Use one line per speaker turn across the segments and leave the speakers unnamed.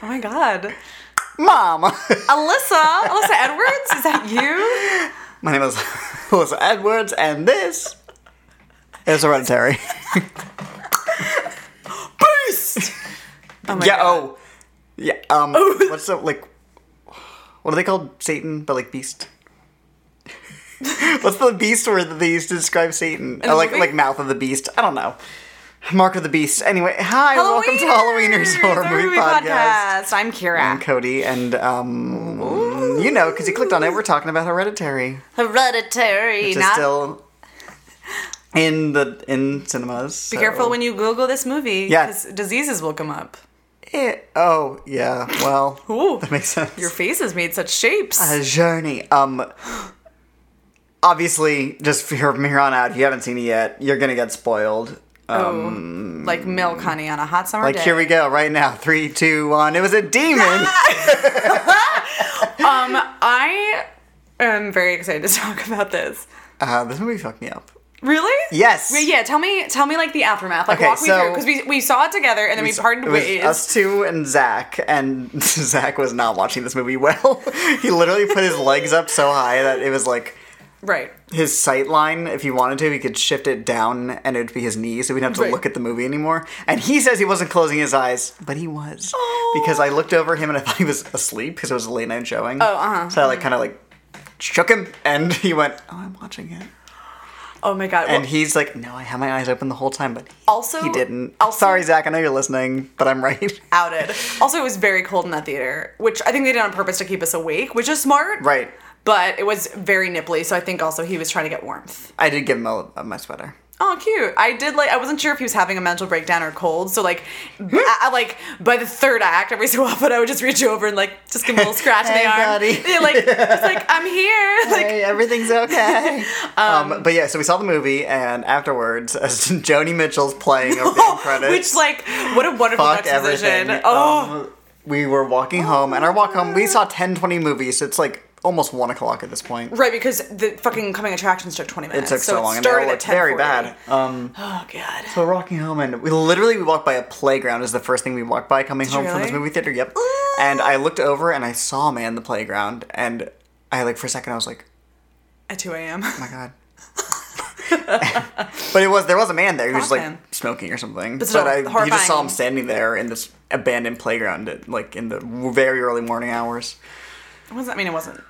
Oh my god.
Mom!
Alyssa, Alyssa Edwards, is that you?
My name is Alyssa Edwards, and this is Hereditary.
Boost. Oh my
yeah,
god. Oh.
oh. Yeah, um, what's the, like, what are they called? Satan, but like beast? what's the beast word that they used to describe Satan?
the
Uh, like,
movie?
like mouth of the beast. I don't know. Mark of the beast. Anyway, hi, oh, welcome to Halloweeners Horror Movie, podcast.
I'm Kira.
I'm Cody, and, um, you know, because you clicked on it, we're talking about Hereditary.
Hereditary.
which is
Not
still in the in cinemas.
be careful when you Google this movie.
Yeah.
because diseases will come up.
oh yeah, well
Ooh,
that makes sense.
your face has made such shapes.
a journey. Um, obviously, just from here on out, if you haven't seen it yet, you're gonna get spoiled.
oh, like milk, honey, on a hot summer
um, Like
day.
here we go, right now. Three, two, one. It was a demon.
Um, I am very excited to talk about this.
uh, this movie fucked me up.
Really?
Yes.
Wait, yeah. Tell me. Tell me like the aftermath. Like
Okay,
walk me
so-
through because we, we saw it together and then we, parted
It was
ways.
Us two and Zach, and Zach was not watching this movie well. he literally put his legs up so high that it was like
Right.
his sight line, if he wanted to, he could shift it down and it would be his knee, so we'd have to
Right.
look at the movie anymore. And he says he wasn't closing his eyes, but he was.
Oh.
Because I looked over him and I thought he was asleep because it was a late night showing.
Oh, uh-huh.
So I like kind of like shook him and he went, Oh, I'm watching it.
Oh my god.
And
Well,
he's like, No, I had my eyes open the whole time, but he,
Also-
he didn't.
also-
Sorry, Zach, I know you're listening, but I'm right.
outed. Also, it was very cold in that theater, which I think they did on purpose to keep us awake, which is smart.
right.
But it was very nipply, so I think also he was trying to get warmth.
I did give him a, a- my sweater.
Oh, cute. I did like I wasn't sure if he was having a mental breakdown or cold, so like
Hmm.
I, I, like by the third act, every so often I would just reach over and like just give him a little scratch in
Hey,
the arm.
buddy.
Yeah, like just like I'm here. Like
hey, everything's okay. um, but yeah, so we saw the movie, and afterwards, as Joni Mitchell's playing over the end credits,
Which like what a wonderful
fuck
juxtaposition.
everything.
Oh,
Um, we were walking home, and our walk home, we saw 10, 20 movies, so it's like almost 1 o'clock at this point.
right because the fucking coming attractions took 20
It
minutes.
took so, long, and they all
started
looked
at
very
10:40.
bad. Um,
Oh god.
so we're walking home, and we literally we walked by a playground. Is the first thing we walked by coming
you
home from this
really?
movie theater. Yep.
Ooh.
And I looked over, and I saw a man in the playground, and I like for a second I was like,
At 2 a.m.
oh my god. but it was there was a man there who was
Fuck
like
him.
smoking or something. But,
still,
I you just saw
horrifying.
him standing there in this abandoned playground, at, like in the very early morning hours.
what does that mean it wasn't?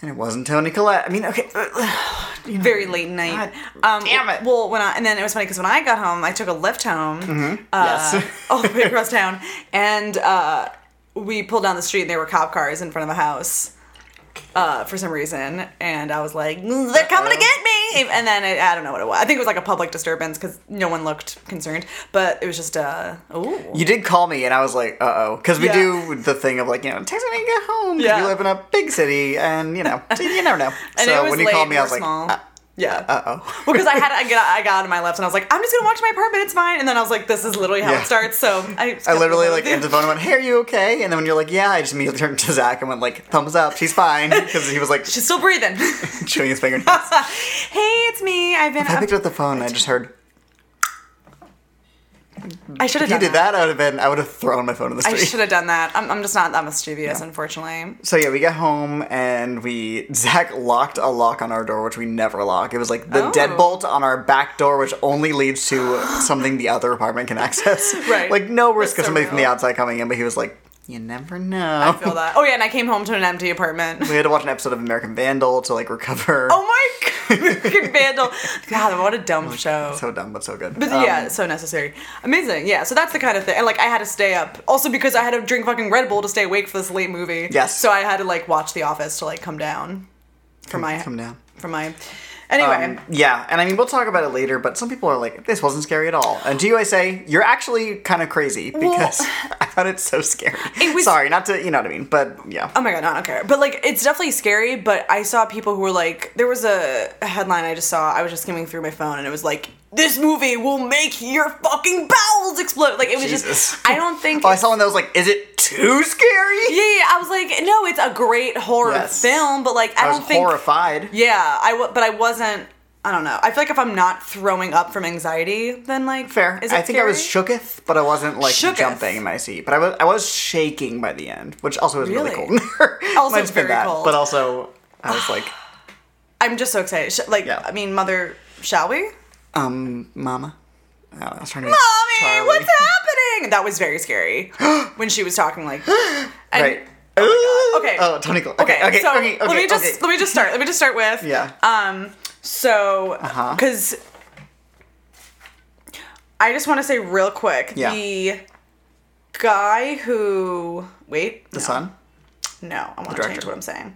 And it wasn't Tony Collette. I mean, okay,
Uh, very late night. um,
damn it.
Well, when I and then it was funny because when I got home, I took a lift home, uh,
Mm-hmm. Yes.
all the way across town, and uh, we pulled down the street and there were cop cars in front of a house. Uh, for some reason, and I was like, "They're coming to get me!" And then it, I don't know what it was. I think it was like a public disturbance because no one looked concerned, but it was just uh, oh,
you did call me, and I was like, uh oh, because we
Yeah.
do the thing of like you know, text me when you get home. 'cause
Yeah.
you live in a big city, and you know, you never know.
And
so
it was
when you
late
called me,
and
I was
we're
like,
small.
uh
yeah.
oh.
because I had I got I got out of my left and I was like, I'm just gonna walk to my apartment, it's fine. And then I was like, this is literally how
Yeah.
it starts. So I,
I literally like ended the phone and went, "Hey, are you okay?" And then when you're like, "Yeah," I just immediately turned to Zach and went like, "Thumbs up, she's fine," because he was like
she's still breathing.
chewing his fingernails.
hey, it's me. I've been.
I
up-
picked up the phone and I just heard
I should have done
if you did
that.
that, I would have been I would have thrown my phone in the
I
street.
should have done that. I'm, I'm just not that mischievous, unfortunately.
So yeah, we get home and we Zach locked a lock on our door, which we never lock. It was like the
Oh.
deadbolt on our back door, which only leads to something the other apartment can access.
Right.
Like no risk of
so
somebody from the
real.
outside coming in, but he was like, You never know.
I feel that. Oh yeah, and I came home to an empty apartment.
We had to watch an episode of American Vandal to like recover.
Oh my god, Vandal. God, what a dumb show.
Oh so dumb but so good.
But
Um,
yeah, so necessary. Amazing. Yeah, so that's the kind of thing. And like, I had to stay up also because I had to drink fucking Red Bull to stay awake for this late movie.
Yes.
So I had to like watch The Office to like come down from my
come down.
from my. Anyway,
Um, yeah, and I mean, we'll talk about it later, but some people are like, this wasn't scary at all. And to you, I say, you're actually kind of crazy because I found it so scary.
It was-
Sorry, not to, you know what I mean, but yeah.
Oh my god, no, I don't care. But like, it's definitely scary. But I saw people who were like, there was a, a headline I just saw. I was just skimming through my phone, and it was like, this movie will make your fucking bowels explode. Like it was
Jesus.
just. I don't think.
oh, I saw one that was like, is it too scary?
yeah, yeah, I was like, no, it's a great horror
Yes.
film, but like, I,
I was
don't think.
horrified.
Yeah, I w- but I wasn't. I don't know. I feel like if I'm not throwing up from anxiety, then like
Fair.
Is it
I think I was
scary?
shooketh, but I wasn't like
Shooketh.
jumping in my seat. But I was I was shaking by the end, which also was really,
Really?
cold.
Also
Might have been
very
that,
cold.
But also I was like,
I'm just so excited. Sh- like
Yeah.
I mean, mother, shall we?
um, Mama. I, don't know, I was trying to.
Mommy,
Charlie.
what's happening? That was very scary when she was talking like and-
Right.
Okay.
Oh, Tony. Cole. Okay.
Okay,
Okay.
so
okay, okay,
let me just
okay.
let me just start. Let me just start with
Yeah.
Um, so
Uh-huh.
because I just want to say real quick,
Yeah.
the guy who wait
the sun.
no, I want to
director.
change what I'm saying.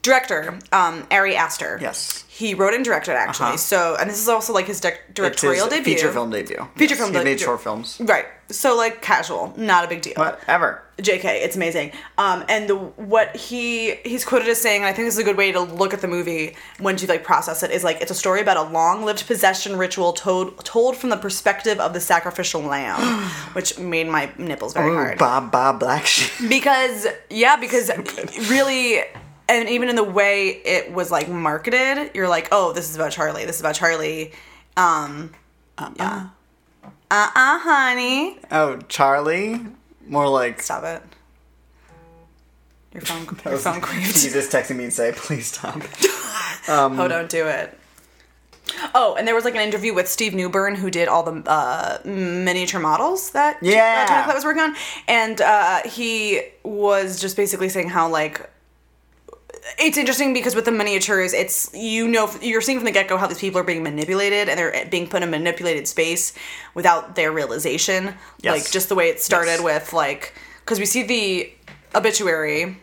Director, um, Ari Aster.
Yes.
He wrote and directed actually.
Uh-huh.
So, and this is also like his dec
It's his
directorial debut.
feature film debut.
Feature film
He made
debut.
short films.
Right. So like casual, not a big deal.
Whatever.
JK, it's amazing. Um, and the what he he's quoted as saying, and I think this is a good way to look at the movie once you like process it, is like it's a story about a long-lived possession ritual told told from the perspective of the sacrificial lamb, which made my nipples very
Ooh,
hard.
Bob Bob Black Sheep.
Because yeah, because really and even in the way it was like marketed, you're like, oh, this is about Charlie. This is about Charlie. Um, yeah. Uh uh, honey.
Oh, Charlie. More like
Stop it. Your phone,
I
your
was-
phone craved.
Jesus texted me and said, "Please stop." Um,
Oh, don't do it. Oh, and there was like an interview with Steve Newbern, who did all the uh, miniature models that
Yeah.
that Tony Collette was working on, and uh, he was just basically saying how like it's interesting because with the miniatures, it's you know you're seeing from the get go how these people are being manipulated and they're being put in a manipulated space without their realization.
Yes.
Like just the way it started
Yes.
with like because we see the obituary.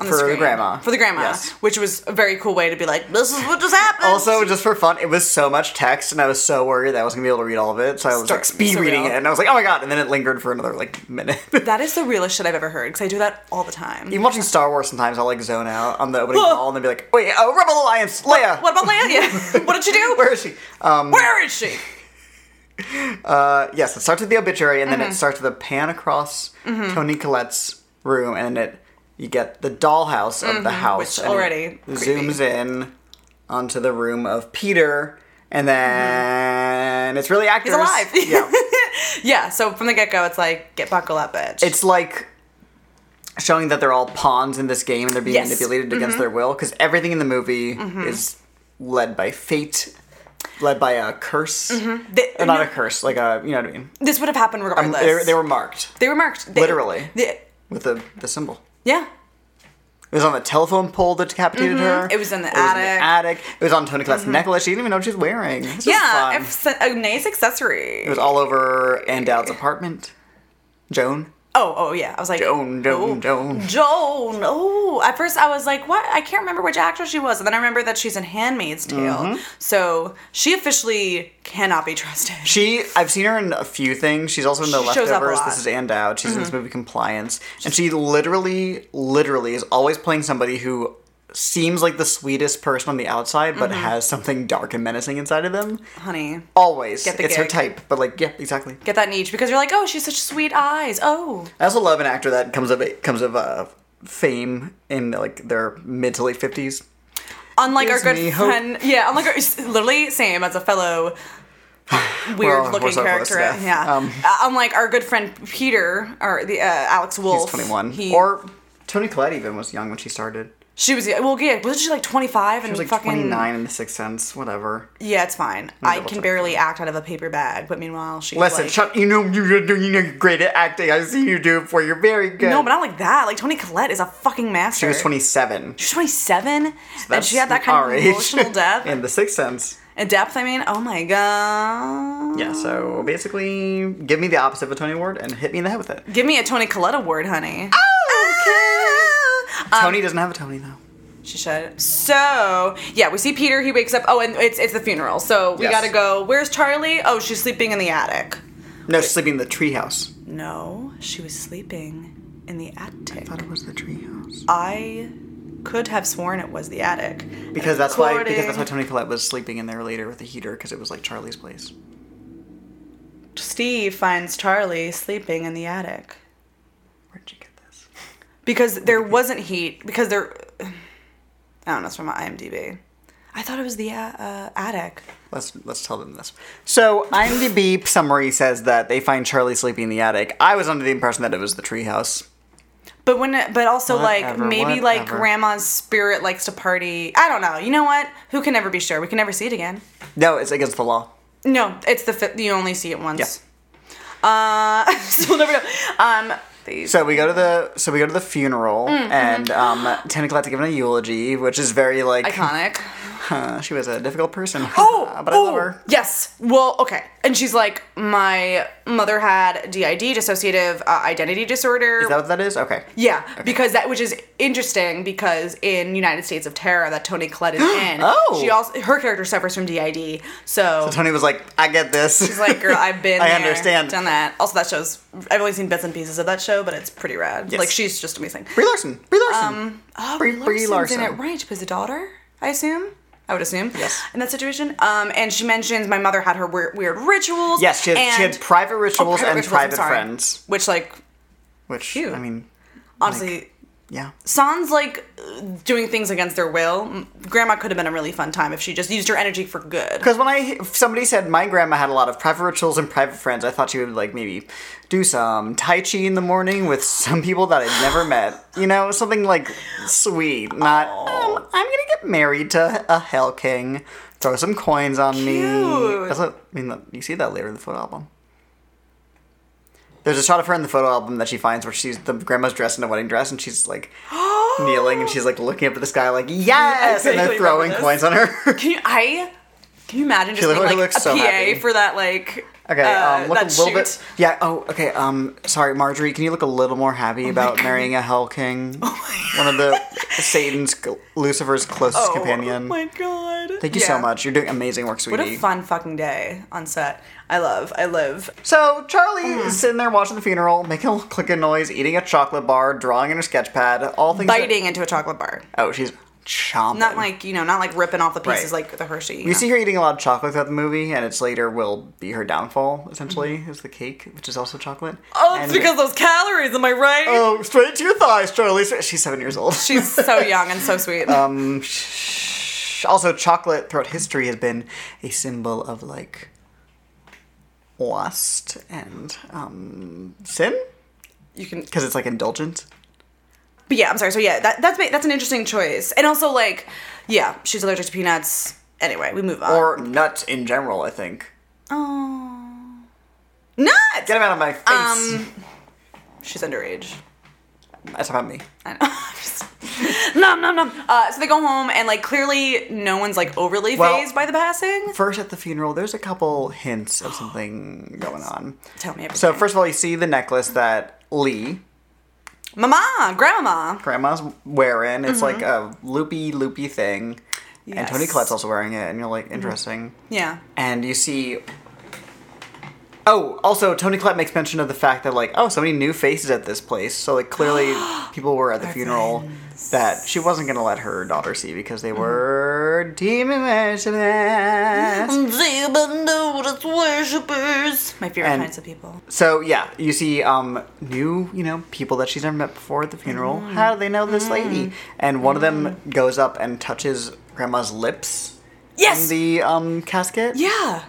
On
For the
screen.
grandma.
For the grandma.
Yes.
Which was a very cool way to be like, this is what just happened.
Also, just for fun, it was so much text, and I was so worried that I wasn't gonna be able to read all of it. So I was
Start-
like speed
surreal.
reading it, and I was like, "Oh my god!" And then it lingered for another like minute.
that is the realest shit I've ever heard because I do that all the time.
Even watching Star Wars, sometimes I'll like zone out on the opening
Whoa.
call and then be like, "Wait, oh, Rebel Alliance, Leia,
What about Leia? Yeah. what did she do?
where is she?" Um,
Where is she?
uh, yes, it starts with the obituary, and then
Mm-hmm.
it starts with a pan across Tony Collette's room, and it you get the dollhouse of the house,
Mm-hmm, which
and it
already
zooms in onto the room of Peter, and then it's really actors.
Mm-hmm. alive.
yeah.
Yeah, so from the get go, it's like, get buckle up, bitch.
it's like showing that they're all pawns in this game and they're being
Yes. Mm-hmm.
manipulated against their will because everything in the movie is led by fate led by a curse
They-
Uh, not
no,
a curse like a you know what i mean
this would have happened regardless.
they, they were marked
They were marked. They-
Literally.
they-
with the, the symbol
yeah.
it was on the telephone pole that decapitated her.
Mm-hmm. It was in the Mm-hmm.
attic. It was on Tony Collette's necklace. She didn't even know what she was wearing. This was
Yeah,
fun.
it's a a nice accessory.
It was all over Ann Dowd's apartment. Joan.
oh, oh, yeah. I was like,
Joan, Joan,
oh.
Joan.
Joan. Oh, at first I was like, what? I can't remember which actress she was. And then I remember that she's in Handmaid's Tale.
Mm-hmm.
So she officially cannot be trusted.
She, I've seen her in a few things. She's also in The
She shows up a
Leftovers.
lot. Mm-hmm.
This is Ann Dowd. She's in this movie Compliance, and she literally, literally is always playing somebody who seems like the sweetest person on the outside, but
Mm-hmm.
has something dark and menacing inside of them.
Honey,
Always,
Get the
it's her
gig.
type. But like, yeah, exactly.
get that niche because you're like, oh, she's such sweet eyes. Oh,
I also love an actor that comes of comes of uh, fame in like their mid to late fifties.
unlike
Gives
our
me
good
hope.
friend, yeah, unlike our, it's literally same as a fellow weird
we're
looking
so close
character.
to death.
Yeah,
Um,
Uh, unlike our good friend Peter or the uh, Alex
He's
Wolf.
twenty one,
He,
or Tony Collette even was young when she started.
she was well, yeah, wasn't she like 25 and
She was like
fucking
twenty nine in The Sixth Sense, whatever.
Yeah, it's fine. I
double
can
check.
barely act out of a paper bag, but meanwhile she's
Listen,
like,
shut. You know, you know, you know, you're great at acting. I see you do it for. You're very good.
no, but not like that. Like Tony Collette is a fucking master.
she was 27.
She's 27, and she had that kind
our
of
age.
emotional depth
in The Sixth Sense.
and depth. I mean, oh my god.
Yeah.
Oh.
So basically, give me the opposite of a Tony Award and hit me in the head with it.
Give me a Tony Collette award, honey. Oh, okay.
Tony doesn't have a Tony though.
She should. So yeah, we see Peter. He wakes up. Oh, and it's it's the funeral. So we
Yes.
gotta go. Where's Charlie? Oh, she's sleeping in the attic.
No, she's sleeping in the treehouse.
No, she was sleeping in the attic.
Thought it was the treehouse.
I could have sworn it was the attic.
Because that's why. Because that's why
Recording.
Tony Collette was sleeping in there later with the heater because it was like Charlie's place.
Steve finds Charlie sleeping in the attic
Where'd you get this?
because there wasn't heat. Because there, I don't know. It's from IMDb. I thought it was the uh, uh, attic.
Let's let's tell them this. So IMDb summary says that they find Charlie sleeping in the attic. I was under the impression that it was the treehouse.
But when, it, but also
Whatever,
like maybe like
whatever.
grandma's spirit likes to party. I don't know. You know what? Who can never be sure? We can never see it again.
No, it's against the law.
No, it's the fifth. You only see it once.
Yeah.
Uh, so we'll never know. Um, these.
So we go to the so we go to the funeral
Mm-hmm.
and um, Tana Collette's given a eulogy, which is very like
iconic.
huh, she was a difficult person.
Oh,
Uh, but I
oh,
love her.
Yes. Well, okay. And she's like, my mother had DID, dissociative uh, identity disorder.
Is that what that is? Okay.
yeah, because that which is interesting because in United States of Terror that Tony Collette is in,
Oh.
she also her character suffers from DID. So
Tony was like, I get this.
she's like, girl, I've been,
I
there,
understand.
done that. Also, that show's I've only seen bits and pieces of that show, but it's pretty rad.
Yes.
Like she's just amazing.
Brie Larson. Brie Larson.
Oh,
Brie-
Brie,
Brie
Larson's in
Larson.
it, right? Was the daughter, I assume. I would assume.
Yes.
In that situation, um, and she mentions my mother had her weird, weird rituals.
yes, she had, she
and-
had private
oh,
rituals and
rituals, I'm
private
sorry.
friends.
Which, like,
Which
Cute.
I mean,
honestly,
yeah.
sounds like uh, doing things against their will. M- Grandma could have been a really fun time if she just used her energy for good.
Because when I if somebody said my grandma had a lot of private rituals and private friends, I thought she would like maybe do some tai chi in the morning with some people that I'd never met. You know, something like sweet, not um, I'm gonna get married to a Hell King. Throw some coins on me.
Cute.
That's what, I mean, that- you see that later in the photo album. There's a shot of her in the photo album that she finds where she's the grandma's dressed in a wedding dress and she's like kneeling and she's like looking up at the sky like yes and
vaguely
they're throwing
remember
coins
this.
on her.
Can you? I. Can you imagine just being
literally
like a
looks so
PA
happy.
for that? Like.
Okay,
uh,
um, look a
that
little
shoot?
bit. Yeah. Oh, okay. Um, sorry, Marjorie. Can you look a little more
Oh
happy about marrying a Hell King, one of the Satan's, Lucifer's closest
Oh,
companion?
my god.
Thank you so much. You're doing amazing work,
What
sweetie.
a fun fucking day on set. I love. I live.
so Charlie
Mm.
is sitting there watching the funeral, making a little clicking noise, eating a chocolate bar, drawing in her sketch pad, all things. that-
biting into a chocolate bar.
oh, she's chomping.
Not like you know, not like ripping off the pieces
Right.
like the Hershey. You
You
know.
see her eating a lot of chocolate throughout the movie, and it's later will be her downfall. Essentially, is the cake, which is also chocolate.
Mm-hmm. oh, it's
And-
because those calories. Am I right?
Oh, straight to your thighs, Charlie. She's seven years old.
She's so young and so sweet.
Um, sh- also, chocolate throughout history has been a symbol of like lust and um, sin
you can,
because it's like indulgent.
but yeah, I'm sorry. So yeah, that, that's ma- that's an interesting choice, and also like, yeah, she's allergic to peanuts. Anyway, we move on.
Or nuts in general, I think.
oh, nuts.
Get them out of my face.
Um, she's underage.
That's about me.
I know. Just- Nom nom nom. Uh, so they go home, and like clearly, no one's like overly
Well-
phased by the passing.
First, at the funeral, there's a couple hints of something going on.
Tell me. Everything.
So, first of all, you see the necklace that Lee,
Mama, grandma.
grandma's wearing. It's like a loopy, loopy thing. And
Mm-hmm. Yes. Mm-hmm.
Tony Collette's also wearing it, and you're like, interesting.
Yeah.
and you see oh also tony collette makes mention of the fact that like oh so many new faces at this place so like clearly people were at the funeral that she wasn't going to let her daughter see because they
Mm-hmm.
were demon worshippers.
My favorite
And-
kinds of people.
so yeah you see um new you know people that she's never met before at the funeral
Mm-hmm.
how do they know this lady and one of them goes up and touches grandma's lips in
Yes.
the um casket
yeah.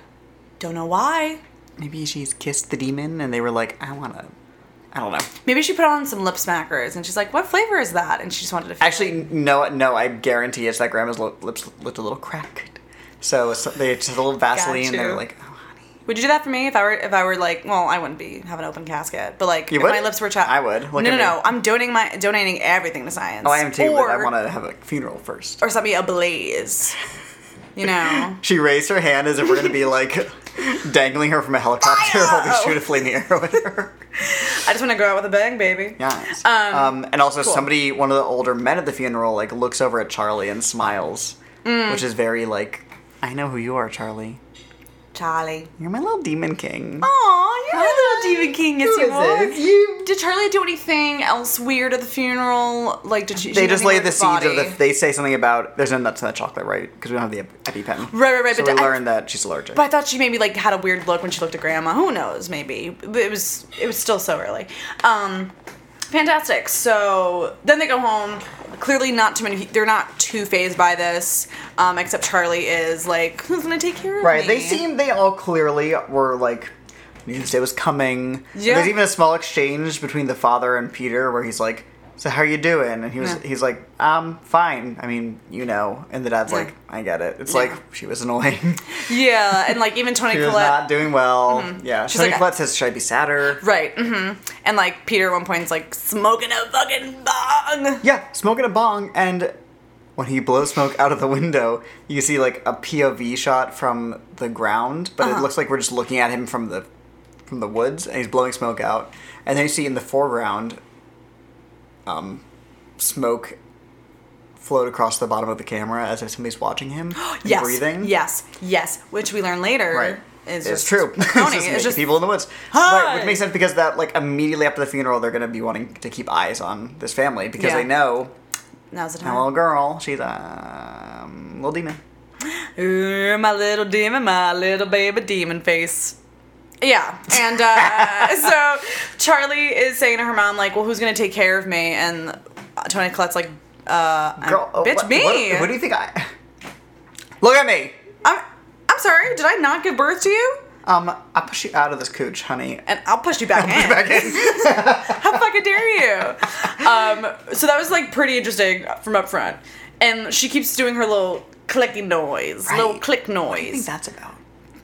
Don't know why.
maybe she's kissed the demon and they were like i want to i don't know
Maybe she put on some lip smackers and she's like, "What flavor is that?" And she just wanted to. Feel
Actually, no, no. I guarantee it's that grandma's lip, lips looked a little cracked. So, so they just a little Vaseline. and They're
you.
like, oh, honey.
it. Would you do that for me if I were if I were like, well, I wouldn't be have an open casket, but like
You
if
would?
my lips were chapped,
I would. Look
no, no,
at me.
no. I'm donating my donating everything to science.
Oh, I am too.
Or,
but I want to have a funeral first.
or something ablaze. You know.
She raised her hand as if we're gonna be like dangling her from a helicopter
Fire!
while we shoot a flame in the air with her.
I just want to go out with a bang, baby.
Yes. Um,
Um,
and also
cool.
somebody, one of the older men at the funeral, like looks over at Charlie and smiles,
Mm.
which is very like, I know who you are, Charlie.
Charlie.
You're my little demon king.
Aw, you're my Oh, little demon king. Yes,
Who
you
is
are.
this? You
Did Charlie do anything else weird at the funeral? Like, did she?
they
she
just
didn't
lay
leave
the
her
seeds of
body.
the. They say something about there's no nuts in the chocolate, right? Because we don't have the ep- EpiPen.
Right, right, right,
So
but
we
I-
learned that she's allergic.
But I thought she maybe like had a weird look when she looked at Grandma. Who knows? Maybe But it was it was still so early. Um, fantastic. So then they go home. clearly not too many. They're not too phased by this, um, except Charlie is like, "Who's gonna take care of
Right.
me?"
They seem they all clearly were like news day was coming.
Yeah.
There's even a small exchange between the father and Peter where he's like, "So how are you doing?" And he was
Yeah.
he's like, "Um, fine. I mean, you know." And the dad's
Yeah.
like, "I get it. It's
Yeah.
like she was annoying.
Yeah, and like even Tony
she was
Collette.
not doing well. Yeah."
Mm-hmm. She's
Tony
like,
Collette says, "Should I be sadder?"
Right. Mm-hmm. And like Peter at one point's like smoking a fucking bong.
Yeah, smoking a bong, and when he blows smoke out of the window, you see like a POV shot from the ground, but
Uh-huh.
it looks like we're just looking at him from the from the woods, and he's blowing smoke out, and then you see in the foreground, um, smoke float across the bottom of the camera as if somebody's watching him, and
Yes.
breathing.
Yes. Yes. Which we learn later.
Right.
Is
it's
just
true. it's just,
Tony.
making
it's just
people in the woods.
Hi!
Right, which makes sense because that like immediately after the funeral, they're gonna be wanting to keep eyes on this family because
Yeah.
they know
now's the
my
time.
little girl, she's a um, little demon.
Ooh, my little demon, my little baby demon face. Yeah, and uh, so Charlie is saying to her mom, like, "Well, who's gonna take care of me?" And uh, Tony Collette's like, uh, I'm-
Girl, oh,
"Bitch,
what,
me."
What, what do you think I? Look at me.
I'm, I'm sorry. Did I not give birth to you?
Um, I push you out of this cooch, honey.
And I'll push you back in.
Back in.
How fucking dare you? Um, so that was like pretty interesting from up front, and she keeps doing her little clicking noise, little
Right.
click
I think
noise.
that's about.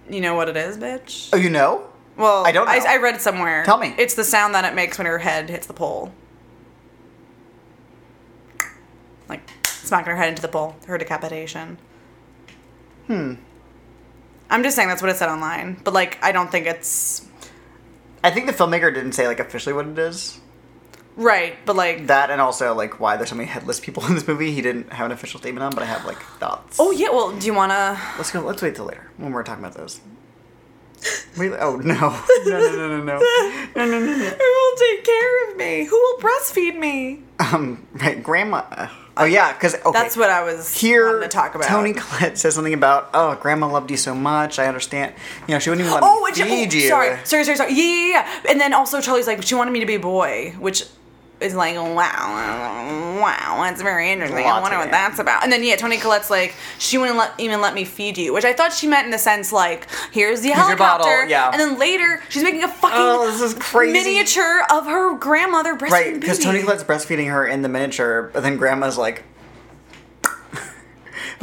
You know what it is, bitch.
Oh, you know?
Well,
I don't know.
I, I read it somewhere.
Tell me.
It's the sound that it makes when her head hits the pole. Like smacking her head into the pole, her decapitation. Hmm.
Hmm.
I'm just saying that's what it said online, but like I don't think it's
I think the filmmaker didn't say like officially what it is.
right. But like,
That and also like why there's so many headless people in this movie. He didn't have an official statement on, but I have like thoughts.
oh yeah. Well, do you wanna?
Let's go. Let's wait till later when we're talking about those. Wait, oh no. no! No! No! No! No!
Who will take care of me? Who will breastfeed me?
Um, right, grandma. Oh yeah, because okay.
That's what I was
here
wanting to talk about.
Tony Collette says something about, "Oh, Grandma loved you so much. I understand. You know, she wouldn't even let
Oh,
me
and she,
feed
oh,
you."
sorry, sorry, sorry, sorry. Yeah, yeah, yeah. And then also Charlie's like, she wanted me to be a boy, which is like, wow, wow, that's very interesting. I
Lots
wonder
of
what
it.
that's about. And then yeah, Tony Collette's like, she wouldn't let, even let me feed you, which I thought she meant in the sense like, here's the
your bottle,
helicopter,
yeah.
And then later, she's making a fucking
Oh, this is crazy.
miniature of her grandmother breastfeeding
Right, because
baby.
Tony Collette's breastfeeding her in the miniature, but then Grandma's like, "But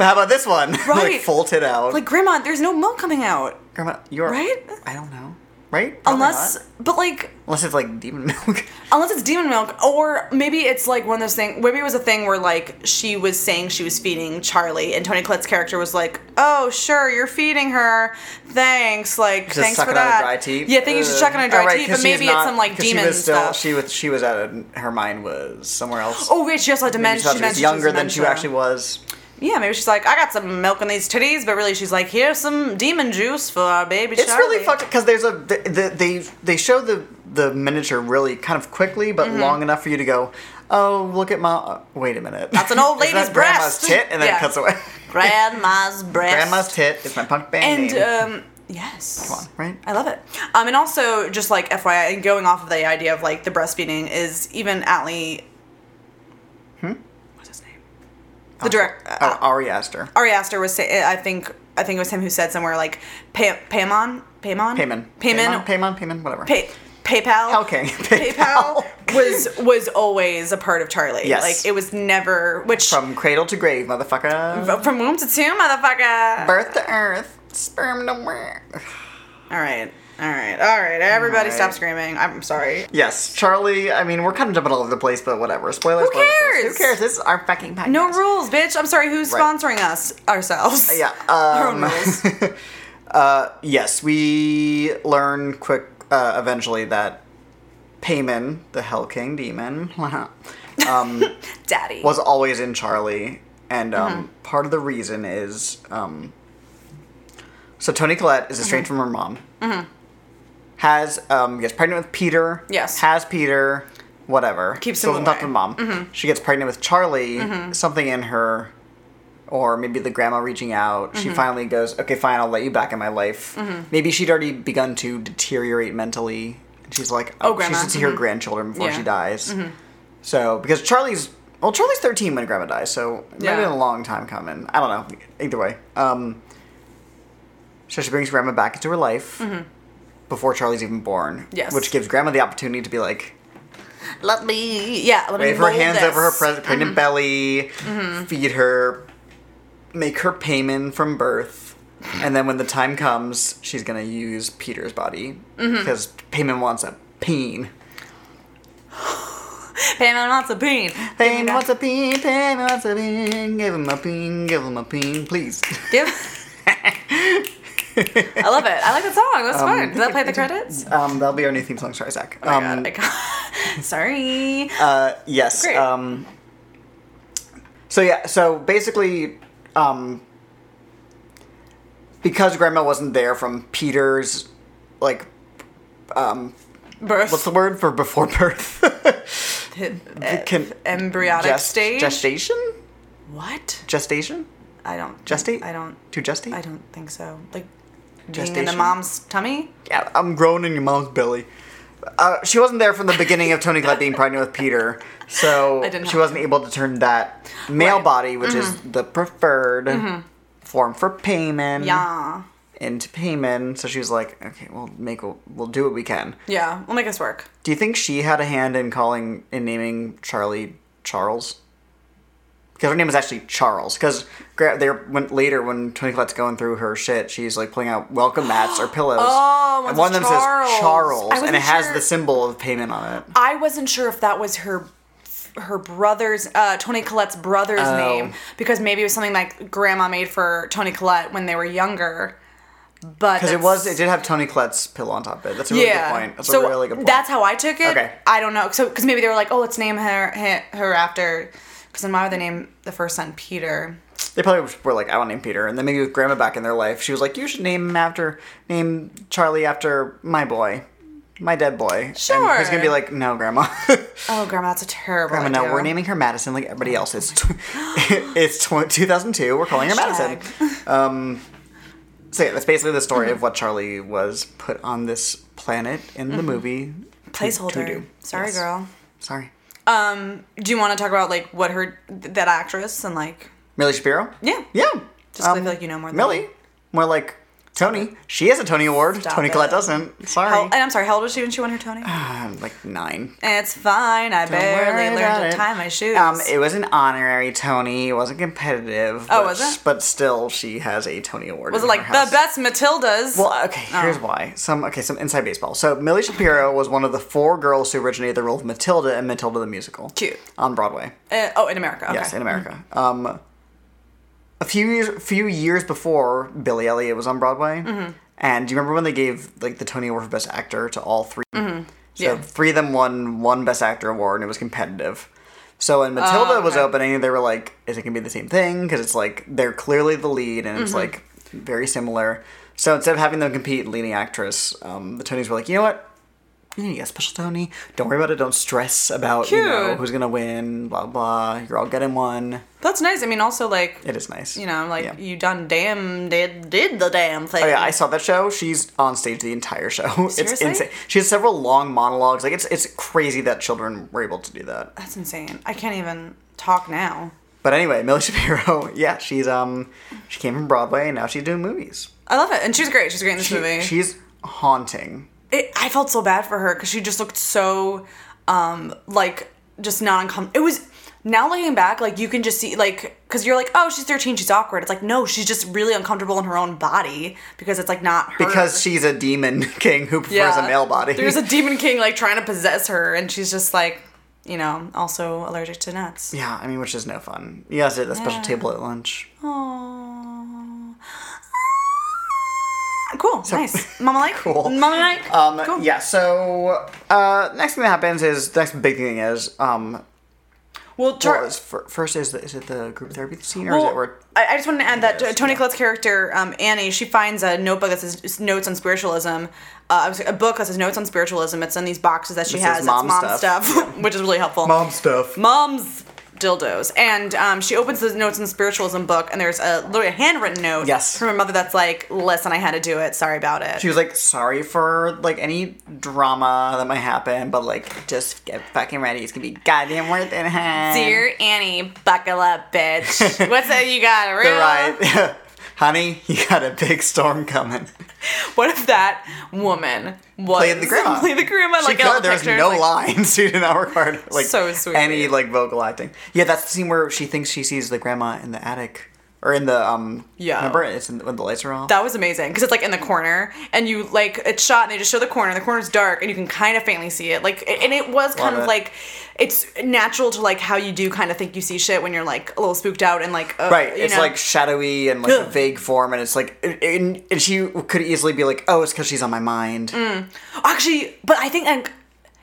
how about this one? like
Right.
folded out.
like, grandma, there's no milk coming out
Grandma, you're
Right?
I don't know. Right? Probably
unless,
not.
but like.
unless it's like demon milk.
Unless it's demon milk, or maybe it's like one of those things. Maybe it was a thing where like she was saying she was feeding Charlie, and Tony Collette's character was like, "Oh, sure, you're feeding her. Thanks, like
Just
thanks for
sucking on
that."
a dry tea.
Yeah, I think you should
Ugh.
chuck on a dry
Oh, right,
tea,
'cause
but
she was
maybe it's
not-
some like
'cause she
demon
was still,
stuff.
She was she was at a, her mind was somewhere else.
oh, wait, she also had
Maybe
dementia.
she thought she was
dementia,
younger than she
dementia.
actually was.
Yeah, maybe she's like, "I got some milk in these titties," but really she's like, "Here's some demon juice for our baby."
It's really
Charlie."
fucked because there's a the, the, they they show the the miniature really kind of quickly, but
Mm-hmm.
long enough for you to go, oh look at my wait a minute. That's
an old lady's
that grandma's
breast.
tit, and then
Yeah.
it cuts away.
Grandma's breast.
grandma's tit is my punk band
And
name.
um, yes,
Come on, right?
I love it. Um, and also just like FYI, and going off of the idea of like the breastfeeding is even Atlee. Hmm. What's his name? The direct uh,
oh, Ari Aster,
Ari Aster was saying. I think I think it was him who said somewhere like pay, Paymon Paymon
Payman,
Paymon
Payman, Payman, whatever.
Pay, PayPal.
Okay,
PayPal was was always a part of Charlie.
Yes.
Like it was never which from,
From cradle to grave, motherfucker.
from womb to tomb, motherfucker.
Birth to earth, sperm to work.
All right. All right. All right. Everybody
All
stop
right.
screaming. I'm sorry.
Yes, Charlie. I mean, we're kind of jumping all over the place, but whatever. Spoilers.
Who
spoilers, spoilers.
cares?
Who cares? This is our fucking podcast.
No rules, bitch. I'm sorry. Who's
Right.
sponsoring us? Ourselves.
Yeah.
Our own
um,
rules.
uh, yes, we learn quick uh, eventually that Payman, the Hell King demon, um,
Daddy.
was always in Charlie, and um,
Mm-hmm.
part of the reason is um, so Tony Collette is estranged
Mm-hmm.
from her mom. Has um, gets pregnant with Peter.
Yes.
Has Peter. Whatever.
Keeps
Still
him
doesn't talk
away. Mm-hmm.
to the mom. She gets pregnant with Charlie. Something in her or maybe the grandma reaching out.
Mm-hmm.
She finally goes, "Okay, fine, I'll let you back in my life." Maybe she'd already begun to deteriorate mentally. She's like, "Oh,
grandma, Mm-hmm.
she should see her grandchildren before
Yeah. Mm-hmm.
she dies." So, because Charlie's Well, Charlie's 13 when Grandma dies, so it might have
Yeah.
been a long time coming. I don't know. Either way. Um, so she brings Grandma back into her life before Charlie's even born.
Mm-hmm. Yes.
Which gives Grandma the opportunity to be like,
Let me, yeah, let me
wave her
mold
hands over her
this.
pre- pregnant belly,
Mm-hmm.
feed her, make her payment from birth. And then when the time comes, she's going to use Peter's body
Mm-hmm.
because Payman wants a peen.
Payment wants a bean.
Payman wants a peen, Payman wants a peen. Give him a peen, give him a peen, please.
Give. I love it. I like that song. That's fun. Does that play the credits?
Um, that'll be our new theme song, sorry, Zach.
Oh my
Um, um,
God, I got- Sorry.
uh, yes.
Great.
Um, so yeah, so basically, um, because Grandma wasn't there from Peter's, like, um,
Birth.
what's the word for before birth?
eh,
Can-
embryotic
Gest-
stage.
Gestation?
what?
Gestation?
I don't.
Gestate?
I don't.
To gestate?
I don't think so. Like being in the
Gestation?
mom's tummy.
Yeah, I'm grown in your mom's belly. Uh, she wasn't there from the beginning of Tony Collette being pregnant with Peter, so
I didn't
she
have
wasn't able to turn that
Right.
male
Mm-hmm.
body, which is the preferred form for payment, Mm-hmm.
Yeah.
into payment. So she was like, "Okay, we'll make we'll do what we can."
Yeah. We'll make us work.
Do you think she had a hand in calling in naming Charlie Charles? Because her name is actually Charles. Because there when later when Tony Collette's going through her shit, she's like pulling out welcome mats or pillows,
Oh, one's
and one of them
Charles.
says Charles,
I
and it
wasn't
has
sure.
the symbol of payment on it.
I wasn't sure if that was her her brother's uh, Tony Collette's brother's
Oh.
name because maybe it was something like grandma made for Tony Collette when they were younger. But
Because it
that's-
was it did have Tony Collette's pillow on top of it. That's a really good point. That's a really good point.
That's how I took it.
Okay.
I don't know. So because maybe they were like, oh, let's name her her, her after. Because then why would they name the first son Peter?
They probably were like, I want to name Peter. And then maybe with Grandma back in their life, she was like, you should name him after, name Charlie after my boy, my dead boy.
Sure.
And he's going to be like, no, Grandma.
Oh, grandma, that's a terrible.
Grandma, no,
idea.
we're naming her Madison like everybody else. It's, tw- it's tw- 2002. We're calling her Madison. Um, so yeah, that's basically the story
Mm-hmm.
of what Charlie was put on this planet in the movie. to- to
Mm-hmm. placeholder.
do.
Sorry,
Yes.
girl.
Sorry.
Um, do you want to talk about like what her th- that actress and like
Millie Shapiro?
yeah
Yeah. Um,
Just 'cause I feel like you know more than
Millie.
me.
More like Tony. She has a Tony Award.
Stop
Tony
it.
Collette doesn't. Sorry.
How, and I'm sorry, how old was she when she won her Tony?
Uh, like nine.
It's fine. I barely learned to tie my shoes.
Um, it was an honorary Tony. It wasn't competitive.
Oh,
but
was it?
But still, she has a Tony Award.
was it
in
like
her
the
house.
best Oh. Matildas?
Well, okay. Here's why. Some okay. Some inside baseball. So Millie Shapiro was one of the four girls who originated the role of Matilda in Matilda the musical.
Cute.
On Broadway.
Uh, oh, in America. Okay.
Yes, in America.
Mm-hmm.
Um, a few years, few years before Billy Elliot was on Broadway,
Mm-hmm.
and do you remember when they gave like the Tony Award for Best Actor to all 3 So
Mm-hmm. Yeah.
three of them won one Best Actor award, and it was competitive. So when Matilda
Oh,
was
okay.
opening, they were like, "Is it gonna be the same thing?" Because it's like they're clearly the lead, and
Mm-hmm.
it's like very similar. So instead of having them compete in leading actress, um, the Tonys were like, "You know what? you know, you got a Mm, special Tony. Don't worry about it. Don't stress about you know
Cute.
who's gonna win. Blah blah. You're all getting one.
That's nice. I mean, also like
It is nice.
you know, like
yeah.
you done damn did did the damn thing.
Oh, yeah, I saw that show. She's on stage the entire show. it's
Seriously?
insane. She has several long monologues. Like it's it's crazy that children were able to do that.
That's insane. I can't even talk now.
But anyway, Millie Shapiro. Yeah, she's um she came from Broadway and now she's doing movies.
I love it, and she's great. She's great in this
She-
movie.
she's haunting.
it, I felt so bad for her because she just looked so, um, like just not uncomfortable. It was now looking back, like you can just see, like, because you're like, oh, she's 13, she's awkward. It's like, no, she's just really uncomfortable in her own body because it's like not her.
Because she's a demon king who prefers a male body.
There's a demon king like trying to possess her, and she's just like, you know, also allergic to nuts.
yeah, I mean, which is no fun. You guys at a special
Yeah.
table at lunch.
Aww. Cool, nice. Mama like?
Cool.
Mama like?
Um,
cool.
Yeah, so uh, next thing that happens is the next big thing is um,
Well,
well,
Charles.
is fir- first is the, is it the group therapy scene or is
Well,
it where
I, I just wanted to add that
Yes,
Tony
yeah.
Collette's character um, Annie, she finds a notebook that says s- notes on spiritualism. Uh, I'm sorry, a book that says notes on spiritualism. It's in these boxes that she
It says
has.
mom
it's mom
stuff.
stuff, which is really helpful.
stuff?
Mom's dildos. And um, she opens the notes in spiritualism book, and there's a literally a handwritten note
Yes.
from her mother that's like, "Listen, I had to do it. Sorry about it."
She was like, sorry for like any drama that might happen, but like just get fucking ready. It's gonna be goddamn worth it. huh?"
Dear Annie, buckle up, bitch. What's that you got? A
You're
real?
right. Honey, you got a big storm coming.
What if that woman was
Played the grandma.
Played the grandma.
She
like all
could.
the
There was
pictures,
no
like,
lines. She did not record like
So sweet.
any like vocal acting. Yeah, that's the scene where she thinks she sees the grandma in the attic or in the um.
Yeah.
Remember, it's in, when the lights are off.
That was amazing because it's like in the corner, and you like it's shot, and they just show the corner. And the corner's dark, and you can kind of faintly see it. Like, and it was kind of
Love it.
like it's natural to like how you do kind of think you see shit when you're like a little spooked out and like uh,
Right,
you
it's
know.
like shadowy and like a
Ugh.
vague form, and it's like, and, and she could easily be like, "Oh, it's because she's on my mind."
Mm, actually, but I think like,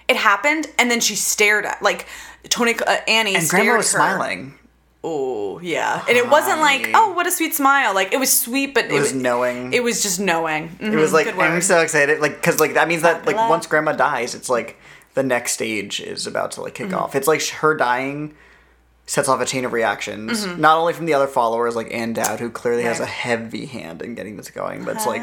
it happened, and then she stared at like Tony uh, Annie
and
stared
Grandma was
her.
smiling.
Oh yeah, and it wasn't like
Honey.
oh what a sweet smile. Like it was sweet, but it,
was knowing.
It was just knowing. Mm-hmm.
It was like, I'm
word.
so excited, like, because like that means that like
Chocolate.
once Grandma dies, it's like the next stage is about to like kick
Mm-hmm.
off. It's like sh- her dying sets off a chain of reactions, not only from the other followers like Anne Dowd, who clearly has a
Mm-hmm. Right.
heavy hand in getting this going, but it's like.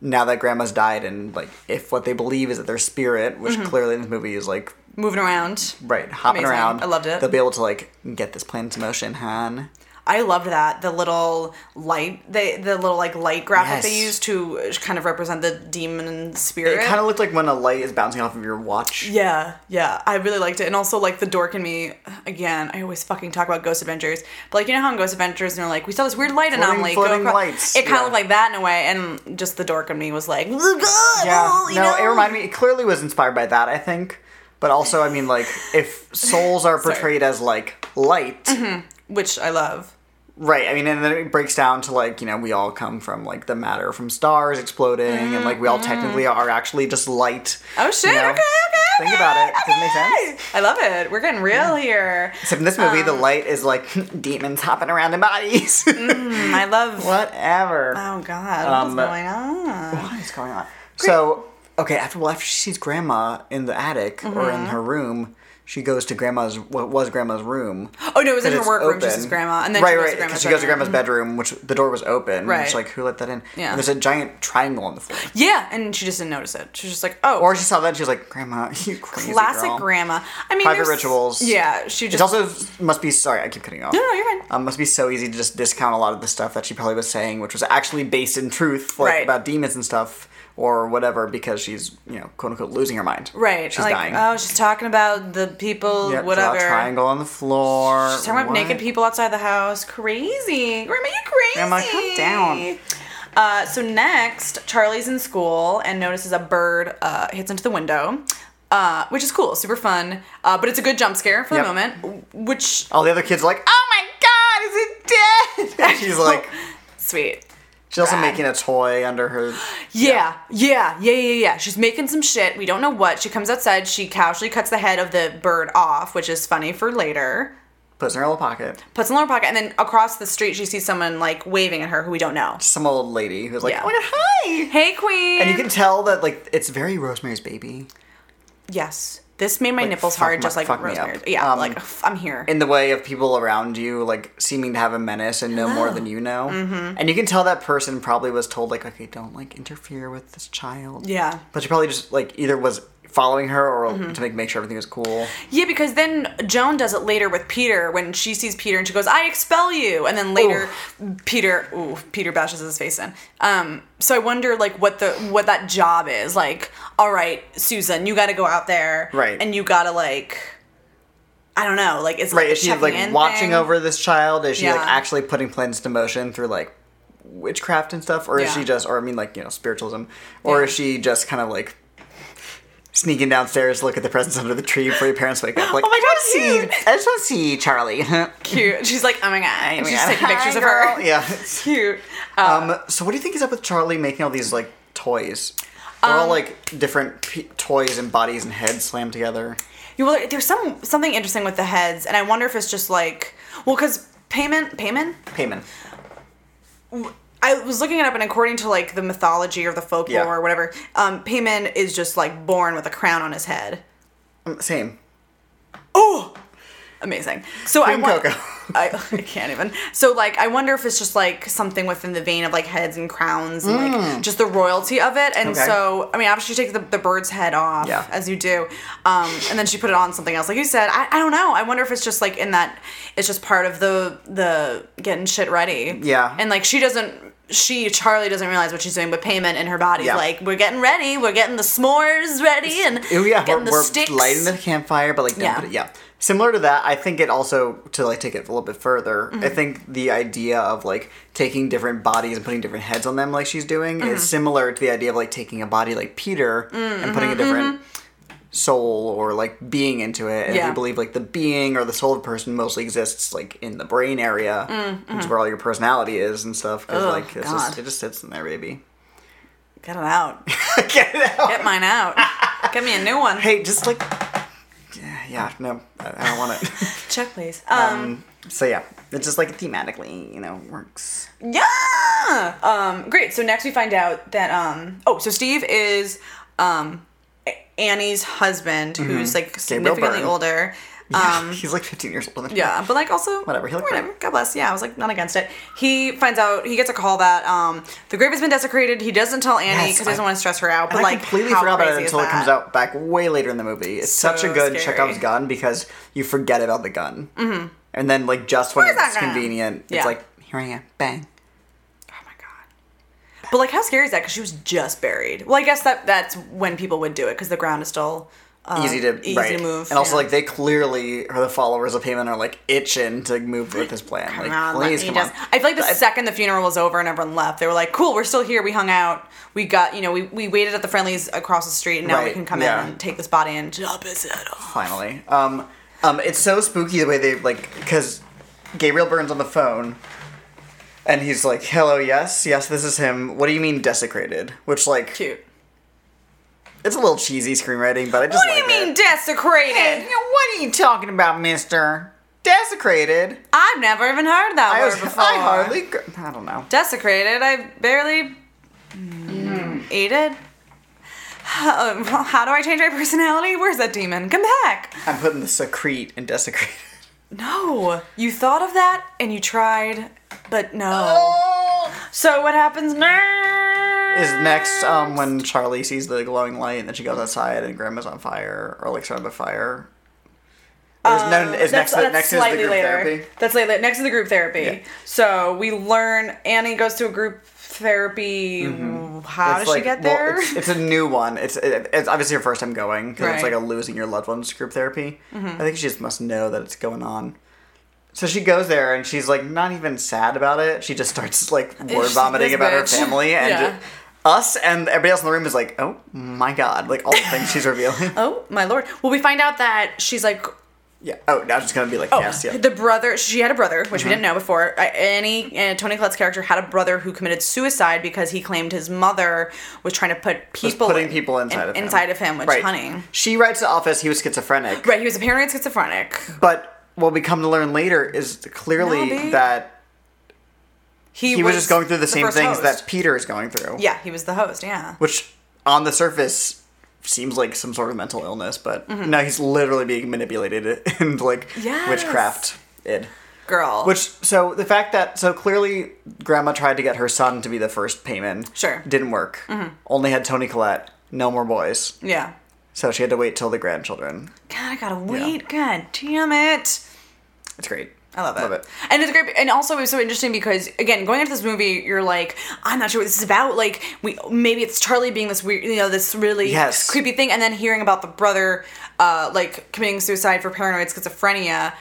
Now that grandma's died, and like if what they believe is that their spirit, which clearly in this movie is like
moving around.
Right, hopping
Mm-hmm. Amazing.
around.
I loved it.
They'll be able to like get this plan into motion, Han.
I loved that the little light, the the little like light graphic they
Yes.
used to uh, kind of represent the demon
It
spirit.
kind of looked like when a light is bouncing off of your watch.
yeah, yeah, I really liked it, and also like the dork in me. Again, I always fucking talk about Ghost Adventures, but like you know how in Ghost Adventures, and they're like, we saw this weird light
Floating-
anomaly.
floating
across-"
lights,
It kind
yeah.
of looked like that in a way, and just the dork in me was like, yeah,
Yeah,
Oh, you
no,
know?
it reminded me. It clearly was inspired by that, I think. But also, I mean, like if souls are portrayed as like light,
Mm-hmm. which I love.
right? I mean, and then it breaks down to like you know we all come from like the matter from stars exploding, and like we all technically are actually just light.
Mm. Oh shit!
you
Okay,
know?
okay,
Think about it. Does it make
okay.
sense?
I love it. We're getting real here.
Except in this movie,
Uh.
the light is like demons hopping around in bodies.
Mm, I love.
Whatever.
Oh god,
Um,
what's going on?
What is going on? So, okay, after well, after she sees grandma in the attic or
Mm-hmm.
in her room, she goes to grandma's what was grandma's room.
Oh no, it was in her
It's
workroom. She
open.
says grandma, and then
right,
she goes to
right, 'cause
grandma's.
she goes to
bedroom.
grandma's bedroom, which the door was open. Right,
Right.
it's like who let that in?
Yeah.
and there's a giant triangle on the floor.
Yeah, and she just didn't notice it. She was just like, oh,
Or she saw that and she was like, "Grandma, you crazy
classic
girl."
grandma. I mean,
Private
there's-
rituals.
Yeah, she
It
just.
also must be sorry. I keep cutting you off.
no, no, you're fine.
Um, must be so easy to just discount a lot of the stuff that she probably was saying, which was actually based in truth, like
Right.
about demons and stuff or whatever, because she's you know quote unquote losing her mind.
Right,
she's
like
dying.
oh, she's talking about the people,
Yep, draw a
whatever.
triangle on the floor.
She's talking about
What?
naked people outside the house. Crazy, grandma, you crazy.
Grandma, calm down.
Uh, so next, Charlie's in school and notices a bird uh, hits into the window, uh, which is cool, super fun. Uh, but it's a good jump scare for
Yep.
the moment, which
All the other kids are like, "Ah!"
oh my god, is it dead?
she's like,
sweet.
she's also
Rad.
making a toy under her.
Yeah, yeah, yeah, yeah, yeah. She's making some shit. We don't know what. She comes outside. She casually cuts the head of the bird off, which is funny for later.
Puts in her little pocket.
Puts it in her pocket, and then across the street, she sees someone like waving at her who we don't know.
Some old lady who's like,
Yeah.
oh my god, hi.
Hey, queen.
And you can tell that like it's very Rosemary's Baby
yes, this made my nipples
fuck
hard,
my-
just like
fuck me up.
Rosemary. Yeah,
Um,
like ugh, I'm here.
in the way of people around you like seeming to have a menace and know more than you know.
Mm-hmm.
And you can tell that person probably was told like, okay, don't like interfere with this child.
Yeah. Mm-hmm.
But she probably just like either was following her or to make make sure everything was cool.
yeah, because then Joan does it later with Peter when she sees Peter and she goes, "I expel you," and then later Peter, ooh, Peter bashes his face in. Um, so I wonder like what the what that job is. Like, all right, Susan, you got to go out there,
Right.
And you got to like, I don't know, like it's
Right,
like
is she like watching over this child? Is she
Yeah.
like actually putting plans to motion through like witchcraft and stuff? Or is
Yeah.
she just, or I mean, like, you know, spiritualism? Or
Yeah.
is she just kind of like sneaking downstairs to look at the presents under the tree before your parents wake up? Like,
Oh my
I just
God,
wanna
cute."
see, I just want to see Charlie.
Cute. She's like, oh my god, and she's taking
Hi,
pictures of
girl.
her.
Yeah.
Cute.
Um, so what do you think is up with Charlie making all these like toys? They're
Um,
all like different p- toys and bodies and heads slammed together.
Yeah, well, there's some something interesting with the heads, and I wonder if it's just like, well, because payment, payment.
Payment.
I was looking it up, and according to like the mythology or the folklore
Yeah.
or whatever, um, Payman
Um,
is just like born with a crown on his head.
Same.
Oh, Amazing. So I
Cream
want,
cocoa.
I, I can't even. So like I wonder if it's just like something within the vein of like heads and crowns and like just the royalty of it. And
Mm. Okay.
so I mean obviously she takes the, the bird's head off
Yeah.
as you do, um, and then she put it on something else. Like you said, I, I don't know. I wonder if it's just like in that it's just part of the the getting shit ready.
Yeah.
And like she doesn't. She Charlie doesn't realize what she's doing, but payment in her body's
Yeah.
like we're getting ready, we're getting the s'mores ready, and
Oh yeah,
getting
we're,
the
we're
sticks.
lighting the campfire, but like don't
Yeah.
put it- yeah. Similar to that, I think it also to like take it a little bit further.
Mm-hmm.
I think the idea of like taking different bodies and putting different heads on them, like she's doing,
Mm-hmm.
is similar to the idea of like taking a body like Peter and putting a different soul or like being into it. And if
mm-hmm. Yeah.
you believe like the being or the soul of a person mostly exists like in the brain area, which is where all your personality is and stuff. Because
Mm-hmm. Ugh,
like it's
God.
just, it just sits in there, baby.
Get it out.
Get it out.
Get mine out. Get me a new one.
Hey, just like yeah, yeah no, I, I don't want it.
Check, please. Um,
So yeah, it's just like thematically, you know, works.
yeah. Um, great. So next we find out that um, oh, so Steve is um, A- Annie's husband, who's like significantly
Mm-hmm. Byrne.
older. Um,
He's like 15 years old.
yeah, but like also
Whatever, he'll
whatever.
grow.
God bless. Yeah, I was like not against it. He finds out he gets a call that um, the grave has been desecrated. He doesn't tell Annie
Yes,
because he doesn't
I-
want to stress her out. But
I
like
completely
how
forgot about it
crazy is
until it comes
that?
out back way later in the movie. It's such a
So
good
scary.
Chekhov's gun because you forget about the gun, mm-hmm. and then like just when
Where's that
it's
gun?
convenient,
Yeah.
it's like here I am, bang.
Oh my god. But like, how scary is that? Because she was just buried. Well, I guess that that's when people would do it because the ground is still uh,
Easy to
easy
right.
to move,
and also
yeah.
like they clearly or the followers of Payman are like itching to move with his plan. Like
Around, let
please
me
come
just-
on.
I feel like the second the funeral was over and everyone left, they were like, "Cool, we're still here. We hung out. We got you know we, we waited at the friendlies across the street, and now we
Right,
can come
yeah.
in and take this body and chop his head off."
finally. Um, um, it's so spooky the way they like because Gabriel Burns on the phone, and he's like, "Hello, yes, yes, this is him. What do you mean desecrated?" Which like
Cute.
it's a little cheesy screenwriting, but I just
What do you
like
mean
it.
desecrated?
Hey, you know, what are you talking about, Mister? Desecrated.
I've never even heard that
I
word
was.
before.
I hardly. gr- I don't know.
desecrated. I barely ate it. How, Um, how do I change my personality? Where's that demon? Come back.
I'm putting the secrete and desecrated.
No, you thought of that and you tried, but no.
Oh.
So what happens next?
Is next um, when Charlie sees the glowing light and then she goes outside and Grandma's on fire or like surrounded by fire. Or is-
Uh,
no, is next, the- next is the group therapy.
That's later. Next is the group therapy.
Yeah.
So we learn Annie goes to a group therapy. How
Mm-hmm. It's
does
like-
she get
well,
there?
it's, it's a new one. It's it, it's obviously her first time going because it's
Right. Mm-hmm.
like a losing your loved ones group therapy. I think she just must know that it's going on. So she goes there and she's like not even sad about it. She just starts like word
just
vomiting
this
about her
bitch.
family and
Yeah.
ju- us and everybody else in the room is like, oh my god, like all the things she's revealing.
oh my lord. Well, we find out that she's like
yeah. Oh, now she's gonna be like, yes, yeah. Mm-hmm.
The brother, she had a brother, which we didn't know before. I- Annie, uh, Tony Collette's character, had a brother who committed suicide because he claimed his mother was trying to put people,
putting
in-
people inside
in-
of him.
inside of him, which
right.
honey,
She writes to office. He was schizophrenic.
right? He was apparently schizophrenic.
But what we come to learn later is clearly
No, babe.
that
He,
he was, just going through the, same
first
things
host.
that Peter is going through.
Yeah, he was the host. Yeah.
Which on the surface seems like some sort of mental illness, but no, he's literally being manipulated and like
Mm-hmm. Yes.
witchcraft id.
Girl.
Which so the fact that so clearly grandma tried to get her son to be the first payment.
Sure. Mm-hmm.
Didn't work. Only had Tony Collette, no more boys.
Yeah.
So she had to wait till the grandchildren.
God, I gotta wait. God damn it.
It's great.
I love it. And it's great. And also, it was so interesting because, again, going into this movie, you're like, I'm not sure what this is about. Like, we maybe it's Charlie being this weird, you know, this really
Yes.
creepy thing, and then hearing about the brother, uh, like committing suicide for paranoid schizophrenia.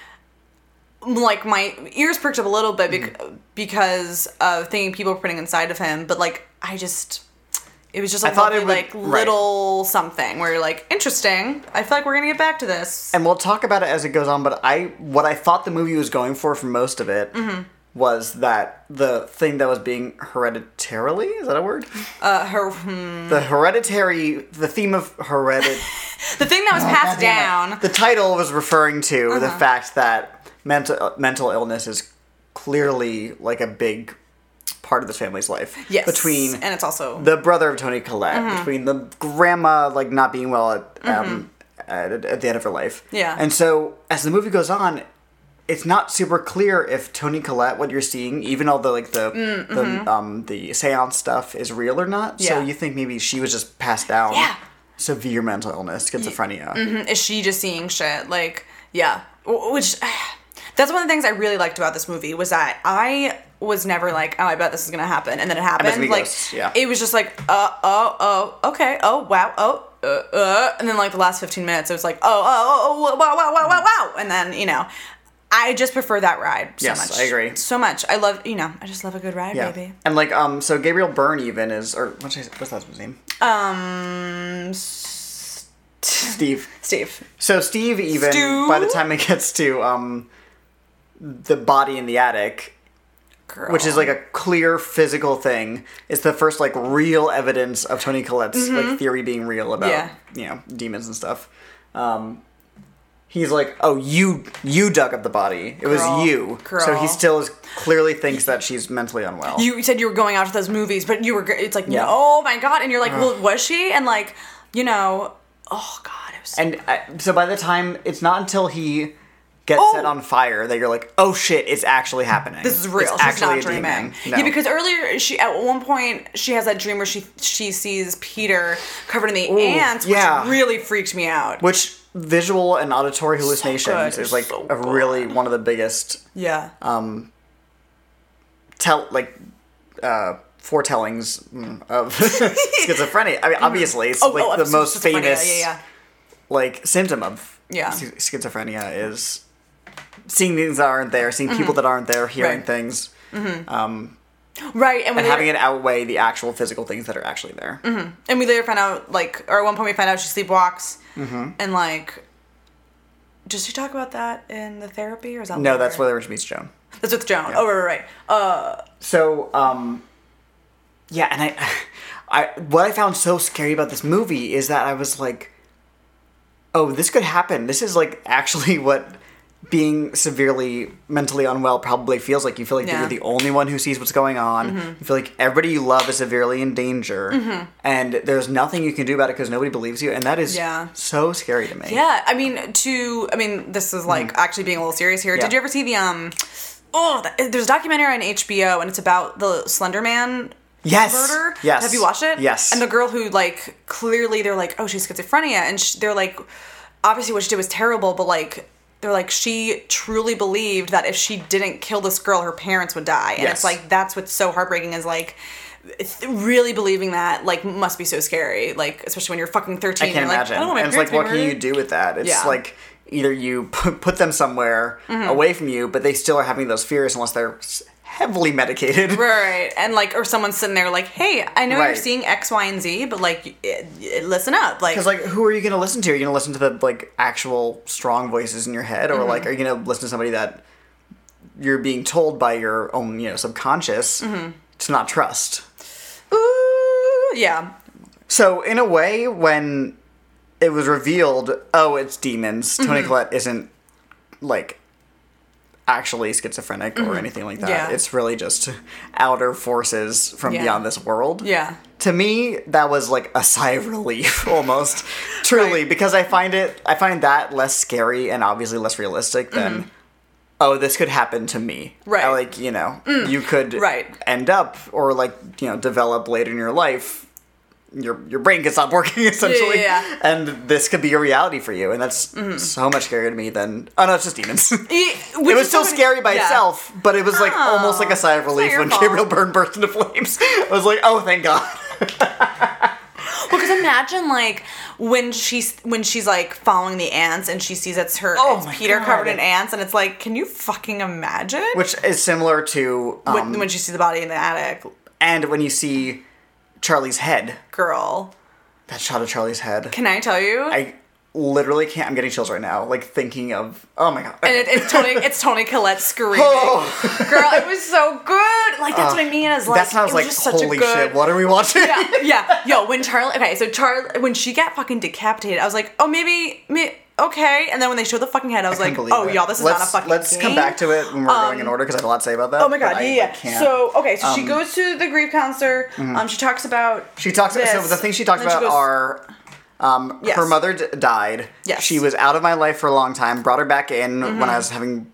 Like my ears perked up a little bit bec-
Mm.
because of thinking people were putting inside of him, but like I just. It was just a
I thought
lovely,
it
like
would- right.
little something where you're like, interesting. I feel like we're gonna get back to this.
and we'll talk about it as it goes on but i what i thought the movie was going for for most of it
Mm-hmm.
was that the thing that was being hereditarily is that a word
Uh, her, hmm.
the hereditary the theme of heredit
the thing that was passed down. Uh-huh.
the title was referring to the fact that mental mental illness is clearly like a big part of this family's life
Yes.
between
and it's also Mm-hmm.
the brother of Tony Collette, between the grandma like not being well at um, at, at the end of her life.
Mm-hmm. Yeah.
And so as the movie goes on, it's not super clear if Tony Collette, what you're seeing, even all the like the the um the seance stuff is real or not. So
Mm, mm-hmm. Yeah.
you think maybe she was just passed down.
Yeah. mm-hmm,
Severe mental illness, schizophrenia.
mm, is she just seeing shit like yeah W- which that's one of the things i really liked about this movie was that i was never like oh i bet this is gonna happen and then it
bet
happened
we
like
ghosts, yeah.
it was just like uh oh oh okay oh wow oh uh, uh, and then like the last 15 minutes it was like oh oh oh, oh wow wow wow wow wow and then you know i just prefer that ride so
Yes,
much
I agree.
so much i love you know i just love a good ride
Yeah.
baby
And like um, so Gabriel Byrne even is or what's his what's that his name?
Uh-huh. um S-
Steve.
steve
So Steve even
Stu?
by the time it gets to um, the body in the attic,
Girl.
which is like a clear physical thing, is the first like real evidence of Tony Collette's like theory being real about
Mm-hmm. Yeah.
you know demons and stuff. Um, he's like, oh, you you dug up the body. It was
Girl.
you. So
Girl.
he still is clearly thinks that she's mentally unwell.
you said you were going out to those movies, but you were. gr- It's like,
Yeah. Uh.
oh my god, and you're like, well, was she? And like, you know, oh god, it was. so-
And uh, so by the time it's not until he gets
Oh!
set on fire that you're like, oh shit, it's actually happening.
this is real.
It's
She's
actually
not
a
dreaming.
demon. No.
Yeah, because earlier she at one point she has that dream where she she sees Peter covered in the ants, which
yeah.
really freaked me out.
which visual and auditory hallucinations
good.
is like
So
a really one of the biggest
yeah,
uh, tell like uh, foretellings mm, of schizophrenia. I mean, obviously, it's like the
absolutely,
most
Oh, schizophrenia. Yeah,
famous
Yeah, yeah.
like symptom of
Yeah.
sch- schizophrenia is seeing things that aren't there, seeing people that aren't there, hearing
Mm-hmm. Right.
things.
Right, and, when
And
they-
having it outweigh the actual physical things that are actually there.
And we later found out, like, or at one point we found out she sleepwalks,
Mm-hmm.
and like, does she talk about that in the therapy, or is that
No, that's
later?
where Rich meets Joan.
that's with Joan. Oh, right, right, right. Uh,
So, um, yeah, and I, I, what I found so scary about this movie is that I was like, oh, this could happen. This is like actually what being severely mentally unwell probably feels like. You feel like
Yeah. Mm-hmm.
you're the only one who sees what's going on. You feel like everybody you love is severely in danger, and there's nothing you can do about it because nobody believes you, and that is
Yeah.
so scary to me.
Yeah, I mean, to I mean, this is like actually being a little serious here.
Mm-hmm. Yeah.
Did you ever see the um? Oh, th- there's a documentary on HBO, and it's about the Slender Man
Yes.
murder.
Yes.
Have you watched it?
Yes.
And the girl who like clearly they're like, oh, she's schizophrenia, and sh they're like, obviously what she did was terrible, but like. They're like she truly believed that if she didn't kill this girl, her parents would die, and
Yes.
it's like that's what's so heartbreaking is like th- really believing that like must be so scary, like especially when you're fucking thirteen.
I can't
you're
imagine.
Like, I don't want my
and it's like,
parents to
what
be
can you
murdered."
do with that? It's
Yeah. Mm-hmm.
like either you p- put them somewhere away from you, but they still are having those fears unless they're s- heavily medicated.
Right, and like, or someone's sitting there like, "Hey, I know you're
Right.
seeing X, Y, and Z, but like, y- y- listen up." Like,
Because like, who are you going to listen to? Are you going to listen to the like actual strong voices in your head, or
Mm-hmm.
like, are you going to listen to somebody that you're being told by your own, you know, subconscious
Mm-hmm.
to not trust?
ooh, yeah,
So in a way, when it was revealed, oh, it's demons. Tony
Mm-hmm.
Collette isn't like actually schizophrenic or anything like that.
Mm-hmm. Yeah.
It's really just outer forces from
Yeah.
beyond this world.
yeah,
To me, that was like a sigh of relief almost, truly, because I find it, I find that less scary and obviously less realistic than. Oh, this could happen to me.
Mm-hmm. Right. Mm.
I, Like, you know, you could
right.
end up or like, you know, develop later in your life your your brain can stop working essentially,
yeah, yeah.
and this could be a reality for you, and that's so much scarier to me than oh no, it's just demons. it
E- which
was
is
still
so many-
scary by
yeah. Oh,
itself, but it was like almost like a sigh of relief
your
when
fault.
Gabriel Byrne burst into flames. I was like, oh thank God.
Well, because imagine like when she's when she's like following the ants and she sees it's her,
Oh my
it's Peter
God.
covered in ants, and it's like, can you fucking imagine?
Which is similar to um,
when, when she sees the body in the attic,
and when you see Charlie's head,
girl.
that shot of Charlie's head,
Can I tell you?
I literally can't. I'm getting chills right now, like thinking of oh my God.
and it, it's Tony. It's Tony Collette screaming. Girl, it was so good. Like that's what I mean. Is like
Oh. that's when I was
it
like,
just such
holy
a good,
shit, what are we watching?
yeah, yeah. Yo, when Charlie, okay, so Charlie, when she got fucking decapitated, I was like, oh, maybe, may okay. And then when they showed the fucking head, I was
I
like,
couldn't
oh,
believe it.
y'all, this is
let's,
not a fucking.
Let's come
game. Um,
back to it when we're going in order because I have a lot to say about that.
Oh my god,
but I,
yeah, yeah.
like, can't. mm-hmm.
so okay, so she goes to the grief counselor. Um, she talks about
she talks.
this,
So the things she talks
and then
about
she goes-
are Um,
Yes.
Her mother d- died.
Yes. Mm-hmm.
She was out of my life for a long time. Brought her back in when I was having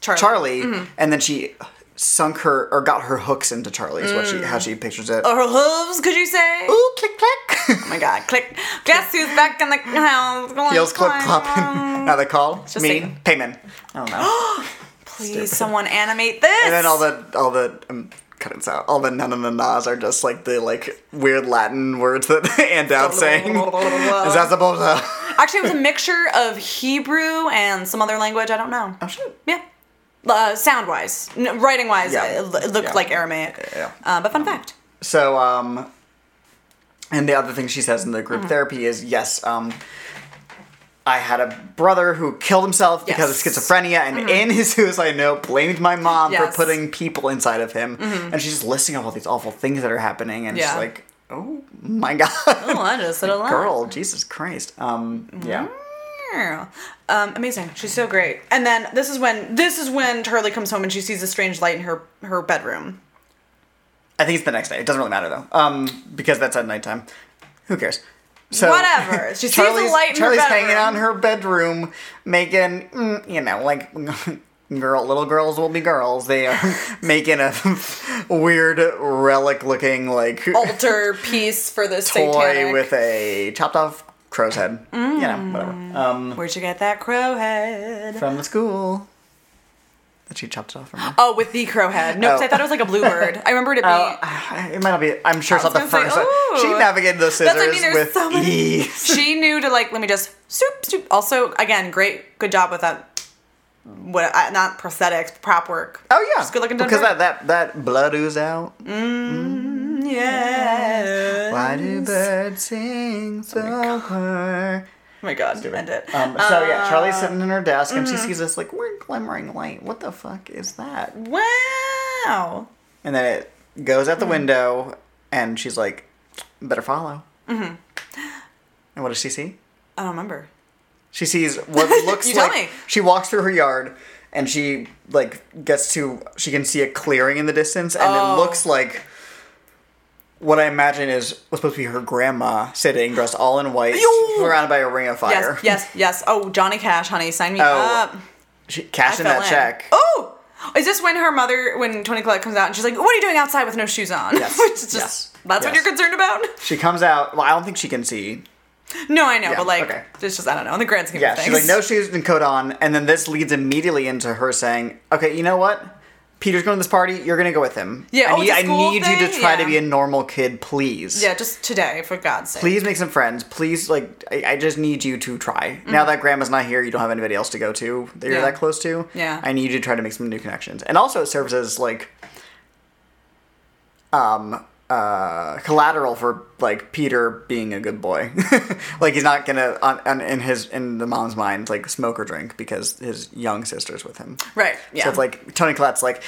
Charlie.
Charlie, and then she sunk her or got her hooks into Charlie. Is what she how she pictures it.
Or Oh, her hooves, could you say? Oh
Mm. Oh, Ooh, click click.
my god, click. Guess who's back in the house?
Heels clip clop. now they call
just
me
Satan.
payment. I don't know.
Please, someone animate this.
and then all the all the um, cut it out. All the na na na nas are just like the like weird Latin words that Andout's saying. Is that supposed to?
Actually, it was a mixture of Hebrew and some other language. I don't know.
Oh shit.
Yeah. Uh, sound wise, n- writing wise,
Yeah.
it, l- it looked
Yeah.
like Aramaic.
Yeah.
Uh, but fun fact.
So, um, and the other thing she says in the
Mm-hmm.
group therapy is yes, um, I had a brother who killed himself because of
Yes. Mm-hmm.
schizophrenia, and in his suicide note, blamed my mom
Yes. Mm-hmm.
for putting people inside of him. And she's just listing off all these awful things that are happening, and
Yeah.
it's like, oh my god,
Oh, Mm-hmm. I just said a lot.
girl, Jesus Christ. Um, yeah.
Um, amazing. She's so great. And then this is when this is when Charlie comes home and she sees a strange light in her her bedroom.
I think it's the next day. It doesn't really matter though, um, because that's at nighttime. Who cares? So
Whatever. She sees a light in her
Charlie's hanging
bedroom.
out in her bedroom, making mm, you know like girl little girls will be girls. They are making a weird relic looking like
Altar piece for this
toy
Oh, satanic. Mm.
with a chopped off crow's head. You know whatever um,
Where'd you get that crow head?
from the school that she chopped it off from. her.
Oh, with the crow head. No, 'cause
Oh.
I thought it was like a bluebird. I remembered it being.
Oh, it might not be. I'm sure it's
was
not the
gonna
first.
say,
one. she
ooh.
navigated those
That's
scissors
what I mean, there's
with
so many-
ease.
she knew to like let me just soup soup. Also, again, great, good job with that. What I- not prosthetics, prop work.
Oh yeah,
She's good looking.
because that that that blood oozes out.
yeah.
Why do birds sing so far?
Oh my god, end it.
Oh Um, so yeah, Charlie's sitting in her desk and she sees this like weird glimmering light. What the fuck is that?
wow.
And then it goes out the window, and she's like, "Better follow." Mm-hmm. And what does she see?
I don't remember.
She sees what looks
You tell
like
me.
she walks through her yard and she like gets to she can see a clearing in the distance and
Oh.
it looks like what I imagine is was supposed to be her grandma sitting dressed all in white
Yo!
surrounded by a ring of fire.
Yes, yes, yes. Oh, Johnny Cash, honey, sign me
Oh,
up.
She
I
cashed in
fell
that check.
Oh, is this when her mother, when Tony Collette comes out and she's like, "What are you doing outside with no shoes on?"
Yes,
Which is just-
yes,
That's what
yes.
you're concerned about.
She comes out well, I don't think she can see.
No, I know,
Yeah,
but like,
okay.
it's just I don't know. In the grand scheme
Yeah,
of things,
she's like no shoes and coat on, and then this leads immediately into her saying, Okay, you know what? Peter's going to this party, you're gonna go with him.
Yeah,
I
oh,
need,
it's a
I
school
need you to
thing?
try
Yeah.
to be a normal kid, please.
Yeah, just today, for God's sake.
please make some friends. Please, like, I, I just need you to try. Now that grandma's not here, you don't have anybody else to go to that you're
Mm-hmm. Yeah.
that close to.
Yeah.
I need you to try to make some new connections. And also, it serves as, like, um, uh, collateral for like Peter being a good boy, like he's not gonna on, on, in his in the mom's mind like smoke or drink because his young sister's with him.
Right. Yeah.
So it's like Tony Collette's like,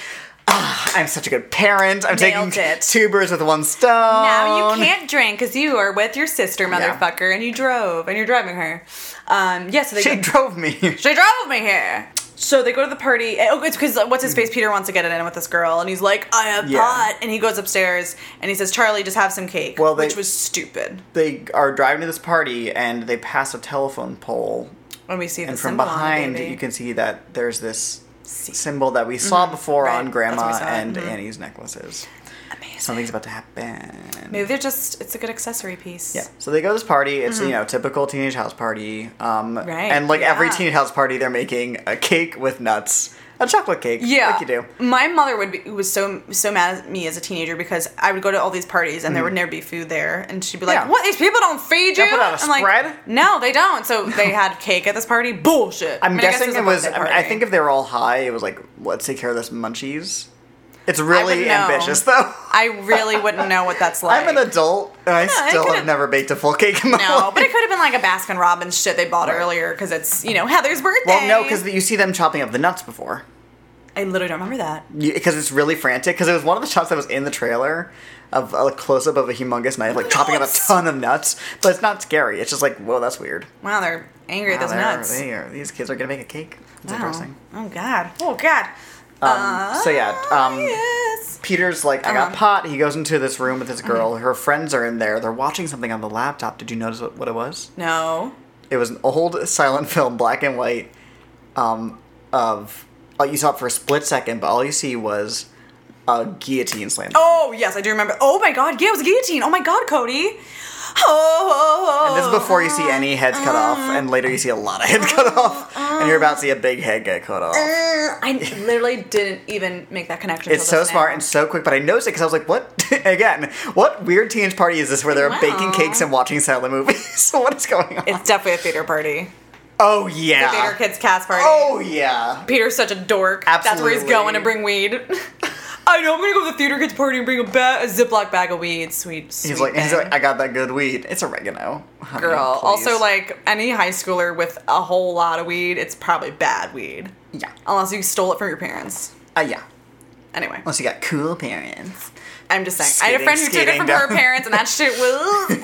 ah, I'm such a good parent. I'm
Nailed
taking
it.
two birds with one stone.
now you can't drink because you are with your sister,
Yeah.
motherfucker, and you drove and you're driving her. Um, yeah, so they
She
go,
drove me.
she drove me here. So they go to the party. and- Oh, it's because what's his face? Peter wants to get it in with this girl, and he's like, "I have
Mm. Yeah.
pot," and he goes upstairs and he says, "Charlie, just have some cake,"
Well, they-
which was stupid.
they are driving to this party and they pass a telephone pole
When we see
and
the
from
symbol on the
behind
baby. Mm-hmm.
you can see that there's this symbol that we saw before
Right,
on
that's
grandma
what we saw,
and
mhm.
annie's necklaces
Amazing.
something's about to happen
Maybe they're just. It's a good accessory piece.
yeah so they go to this party it's you know typical teenage house party um,
Mm-hmm. Right,
and like every
yeah.
teenage house party they're making a cake with nuts a chocolate cake
Yeah,
like you do
My mother would be was so so mad at me as a teenager because I would go to all these parties and there would never be food there, and she'd be like,
Mm. Yeah.
"What? These people don't feed you?"
They put out a
I'm like,
spread?
no, they don't. So they had cake at this party. Bullshit.
i'm
I mean, I guess
guessing it was
a
I, mean,
birthday
I
party.
think if they were all high it was like let's take care of this munchies it's really
know.
ambitious though
I really wouldn't know what that's like.
I'm an adult, and I
it
still
could've-
have never baked a full cake in my
no, but
life.
it could have been like a Baskin Robbins shit they bought
Right.
earlier because it's you know Heather's birthday.
Well, no, because you see them chopping up the nuts before.
I literally don't remember that.
Because it's really frantic. Because it was one of the shots that was in the trailer of a close up of a humongous knife, like chopping up a
Nuts!
ton of nuts. But it's not scary. It's just like, whoa, that's weird.
Wow, they're angry at
Wow,
those
they're-
nuts.
they are- these kids are going to make a cake. It's
Wow.
interesting.
Oh God. Oh God.
Um, so yeah,
Ah,
um,
yes.
Peter's like, I got pot. He goes into this room with this girl. Her friends are in there. They're watching something on the laptop. Did you notice what, what it was?
No.
It was an old silent film, black and white, um, of. Oh, you saw it for a split second, but all you see was a guillotine slam.
Oh yes, I do remember. Oh my god, yeah, it was a guillotine. Oh my god, Cody. Oh, oh, oh.
And this is before you see any heads cut off, and later you see a lot of heads cut off, and you're about to see a big head get cut off.
Uh, I literally didn't even make that connection.
It's
till
so
just
smart
now.
and so quick, but I noticed it because I was like, "What?" Again, what weird teenage party is this where they're
Wow.
baking cakes and watching silent movies? what is going on?
It's definitely a theater party.
oh
Theater
yeah.
kids cast party.
Oh yeah.
Peter's such a dork. That's where he's
Absolutely.
going to bring weed. I know I'm gonna go to the theater kids party and bring a, ba- a Ziploc bag of weed. Sweet, sweet
He's like, he's
thing.
like, I got that good weed. It's oregano. Honey,
girl.
please."
Also, like any high schooler with a whole lot of weed, it's probably bad weed,
yeah,
unless you stole it from your parents.
uh, yeah.
Anyway,
Unless you got cool parents.
I'm just saying. I had a
Skating,
friend who took it
skating
from her
down.
parents, and that shit was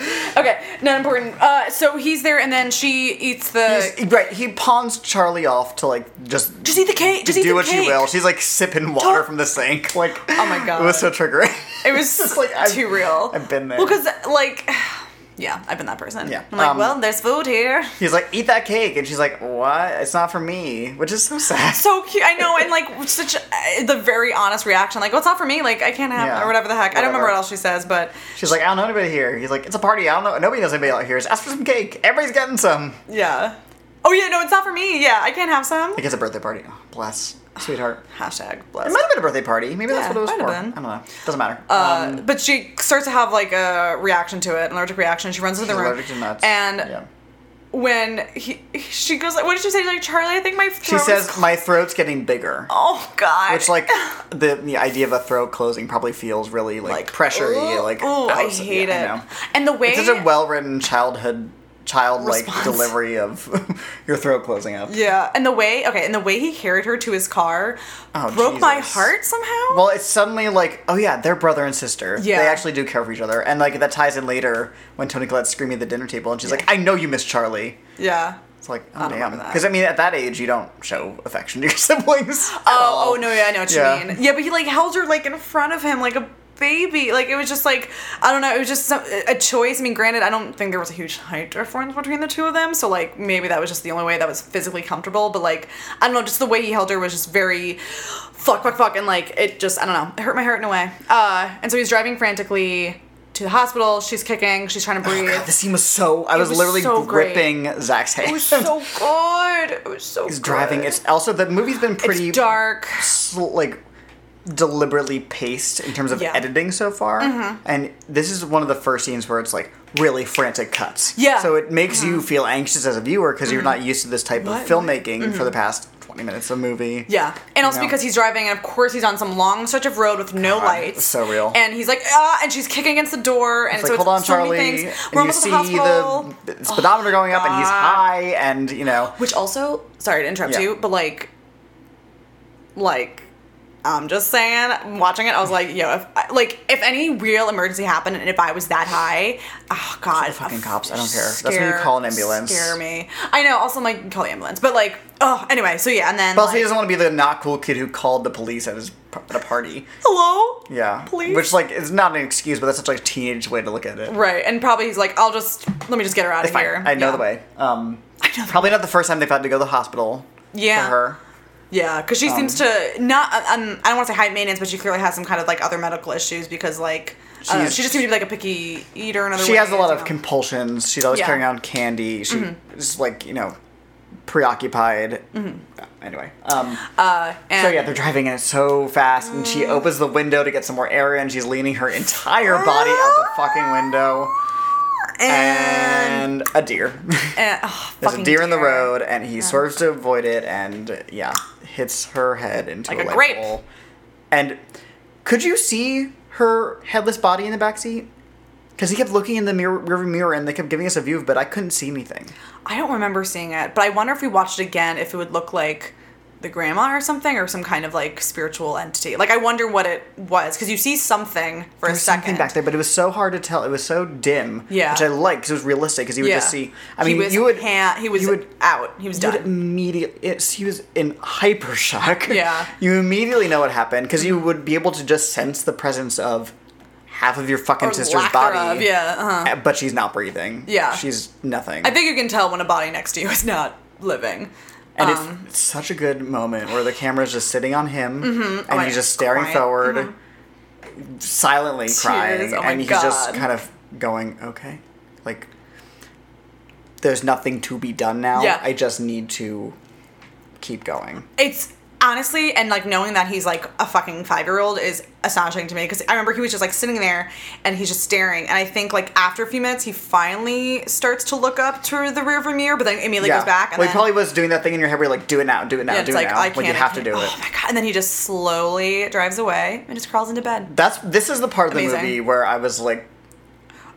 pretty good. Um, okay, not important. Uh, so he's there, and then she eats the.
He's- right, he pawns Charlie off to like just
just eat the cake. Just eat
do
the
what
cake.
you will. She's like sipping water from the sink. Like,
Oh my God.
it was so triggering.
It was
It's like, I've-
too real.
I've been there.
Well, because like, yeah, I've been that person.
Yeah.
I'm like,
Um,
well, there's food here.
He's like, eat that cake. And she's like, what? It's not for me. Which is so sad.
So cute. I know, and like such uh, the very honest reaction. Like, well, it's not for me. Like, I can't have
Yeah.
or whatever the heck. I don't remember
Whatever.
what else she says, but
she's like, I don't know anybody here. He's like, it's a party. I don't know. Nobody knows anybody out here. Just ask for some cake. Everybody's getting some.
yeah. Oh yeah, no, it's not for me. Yeah, I can't have some.
Like, it's a birthday party. Oh, bless. Sweetheart.
Hashtag
It
bless.
might have been a birthday party. Maybe
Yeah,
that's what it was
might have
for.
been.
I don't know. Doesn't matter.
Uh,
Um,
but she starts to have like a reaction to it, an allergic reaction. She runs into
she's
the room,
allergic to nuts.
and
Yeah.
when he, she goes, like, "What did you say?" She's like, "Charlie, I think my
she
throat is
says, my throat's getting bigger.
Oh God!
Which like the the idea of a throat closing probably feels really like, pressure
ooh,
you like
ooh, I
outs- yeah,
hate
I
it.
know.
and the way
It's such a well written childhood child like
Response.
delivery of your throat closing up.
yeah, and the way okay, and the way he carried her to his car
Oh,
broke my
Jesus.
heart somehow.
Well, it's suddenly like, oh yeah, they're brother and sister.
Yeah.
They actually do care for each other. And like that ties in later when Tony Collette's screaming at the dinner table and she's like, I know you miss Charlie.
yeah.
It's like,
I
oh
don't
damn.
remember that.
Because I mean at that age you don't show affection to your siblings. at all.
Oh, oh no, yeah, I know what you
Yeah.
mean. Yeah, but he like held her like in front of him like a baby. Like it was just like I don't know. It was just some, a choice. I mean, granted, I don't think there was a huge height difference between the two of them, so like maybe that was just the only way that was physically comfortable. But like I don't know, just the way he held her was just very fuck, fuck, fuck, and like it just I don't know, it hurt my heart in a way. Uh, and so he's driving frantically to the hospital. She's kicking. She's trying to breathe.
Oh, God, this scene was so I was,
was
literally
so great.
gripping Zach's hand.
it was so good. It was so.
He's driving.
good.
It's also the movie's been pretty
it's dark.
sl- like deliberately paced in terms of
Yeah. Mm-hmm.
editing so far. And this is one of the first scenes where it's like really frantic cuts.
Yeah. Mm-hmm.
So it makes you feel anxious as a viewer because you're not used to this type
What? Mm-hmm.
of filmmaking for the past 20 minutes of movie.
Yeah, and also
know?
because he's driving, and of course he's on some long stretch of road with no
God,
lights.
so real.
And he's like, ah, and she's kicking against the door, and
It's
so
like,
it's
hold on,
so many
Charlie.
things. We're
And you
almost at
see
the hospital. Ah.
the speedometer going up, and he's
God.
high, and you know,
Which also, sorry to interrupt
Yeah.
you, but like, like, I'm just saying, watching it, I was like, yo, if I- like if any real emergency happened, and if I was that high, oh god,
fucking cops, I don't care. That's
Scare,
when you call an ambulance.
Scare me. I know. Also, I'm like, call the ambulance, but like, oh, anyway. So yeah, and then
but also he
like,
doesn't want to be the not cool kid who called the police at his at a party.
hello.
Yeah.
Please.
Which like is not an excuse, but that's such a teenage way to look at it.
Right, and probably he's like, I'll just let me just get her out
It's
of
fine.
here.
I know
Yeah.
the way. Um,
I know. The-
probably not the first time they've had to go to the hospital.
Yeah.
For her.
yeah, because she seems to not. Um, I don't want to say high maintenance, but she clearly has some kind of like other medical issues because like I don't know,
She's-
she just seems to be like a picky eater. Another
She has a lot of
compulsion.
compulsions. She's always
Yeah. Mm-hmm.
carrying around candy. She's like you know, preoccupied. Uh, Anyway. Um,
uh, and
so yeah, they're driving and it's so fast, and
Mm.
she opens the window to get some more air, and she's leaning her entire body out the fucking window,
and,
and a deer.
and- oh,
uh, There's a
fucking
deer in the road, and he swerves to avoid it, and yeah, hits her head into
Like
a,
a
light
grape.
pole. And could you see her headless body in the backseat? Because he kept looking in the mirror, rear view mirror, and they kept giving us a view, but I couldn't see anything.
I don't remember seeing it, but I wonder if we watched it again if it would look like the grandma or something or some kind of like spiritual entity. Like I wonder what it was because you see something for a
There's
second.
something back there, but it was so hard to tell. It was so dim,
Yeah.
which I like because it was realistic. Because you would
yeah.
just see. I
he
mean,
was
you would
ha- he was
you would
out. He was
you would
done.
immediately. It's, he was in hyper shock.
Yeah.
you immediately know what happened because you would be able to just sense the presence of half of your fucking
Or
sister's
lack
body.
thereof, yeah, uh-huh.
uh, But she's not breathing.
Yeah.
she's nothing.
I think you can tell when a body next to you is not living.
and
Um, Mm-hmm.
it's, it's such a good moment where the camera's just sitting on him and
Oh my-
he's just staring
quiet.
forward, silently crying,
Oh my
and he's just
God.
kind of going, "Okay, like there's nothing to be done now.
Yeah.
I just need to keep going."
it's honestly and like knowing that he's like a fucking five year old is astonishing to me because i remember he was just like sitting there and he's just staring and i think like after a few minutes he finally starts to look up to the rear view mirror but then immediately goes back and
well, he
then,
probably was doing that thing in your head where you're like, "Do it now, do it now,
and
do
it's
it
like
now."
i
like
can't
you have to
I
do
can't.
it.
oh my god and then he just slowly drives away and just crawls into bed
That's this is the part of the
Amazing.
movie where I was like,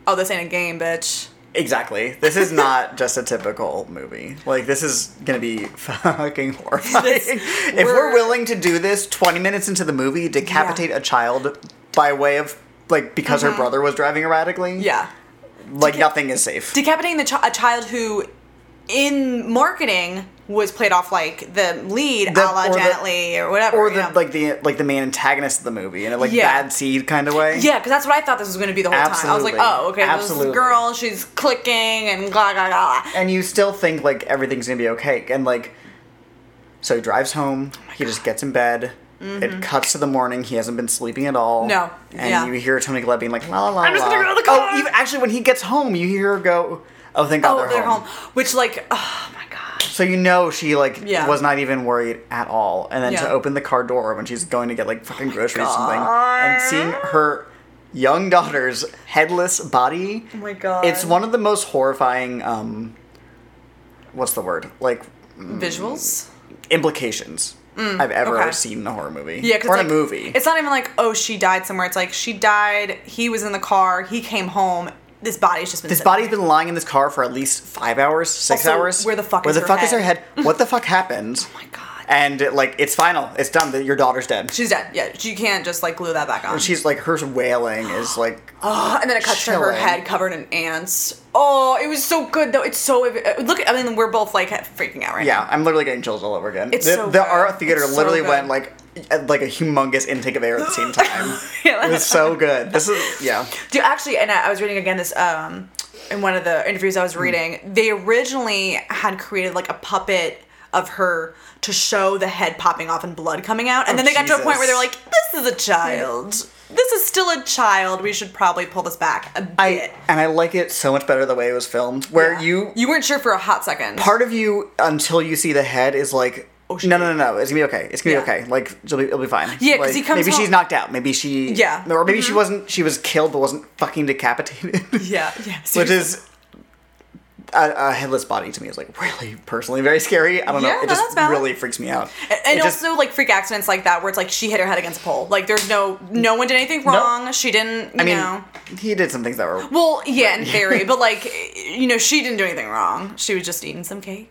oh this ain't a game bitch
"Exactly, this is not just a typical movie. Like this is gonna be fucking horrifying."
This-
if we're,
we're-
willing to do this 20 minutes into the movie, decapitate a child by way of like because her brother was driving erratically,
Mm-hmm. yeah
like nothing is safe.
decapitating the chi- a child who in marketing was played off like the lead
The-
a la
or the-
Janet Leigh or whatever
or
you
the
know?
like the like the main antagonist of the movie in a like
Yeah.
bad seed kind of way.
Yeah, because that's what I thought this was going to be the whole time. I was like,
Absolutely.
oh, okay,
Absolutely.
this girl, she's clicking and blah, blah, blah.
and you still think like everything's gonna be okay and like so he drives home
Oh
he just gets in bed it cuts to the morning he hasn't been sleeping at
Mm-hmm.
all
No.
and
Yeah.
you hear tony Gleb being like la la la
I'm just
la.
gonna go to the car.
oh even, actually when he gets home you hear her go oh thank god
Oh,
they're,
they're
home.
home. Which, like, oh my God.
so you know she like
Yeah.
was not even worried at all and then
Yeah. Oh
to open the car door when she's going to get like fucking groceries or something
God.
and seeing her young daughter's headless body
Oh my God.
it's one of the most horrifying um what's the word like
Visuals?
implications I've ever
Mm, okay.
seen in a horror movie.
Yeah, because
or in a movie.
It's not even like, oh, she died somewhere. It's like, she died, he was in the car, he came home, this body's just been
this
sitting
body's been lying in this car for at least five hours, six
Also,
hours.
where the fuck
Where
is
the
her
fuck is her
head?
head? What the fuck happened?
there. Oh my God.
And like, it's final. It's done. That your daughter's dead.
She's dead. Yeah, you can't just, like, glue that back on.
She's like, her wailing is like,
Oh, and then it cuts to her
Chilling.
head covered in ants. Oh, it was so good though. It's so uh, look. I mean, we're both like freaking out right now.
yeah, I'm literally getting chills all over again.
It's
the
so
the
good.
art theater
It's so
literally
good.
went like, at, like a humongous intake of air at the same time.
Yeah.
it was so good. This is yeah.
Do actually, and I, I was reading again this um in one of the interviews I was
Hmm.
reading. They originally had created like a puppet of her to show the head popping off and blood coming out, and
Oh,
then they got to a point where they're like,
Jesus.
"This is a child. This is still a child. We should probably pull this back a bit."
I and I like it so much better the way it was filmed, where
Yeah.
you
you weren't sure for a hot second.
part of you until you see the head is like
Oh, shit.
no no no no it's gonna be okay it's gonna
Yeah.
be okay like it'll be, it'll be fine
Yeah, 'cause
Like,
he comes
maybe
home-
she's knocked out maybe she
Yeah. Mm-hmm.
or maybe she wasn't she was killed but wasn't fucking decapitated
yeah, yeah.
which
seriously.
is a, a headless body to me is like really personally very scary I don't
Yeah,
know
no,
it
that's
just
valid.
really freaks me out
And, and
It just-
also like freak accidents like that where it's like she hit her head against a pole. Like there's no no one did anything wrong. She didn't. You
I mean
know.
he did some things that were
Well, yeah, in theory, but like you know, she didn't do anything wrong. She was just eating some cake.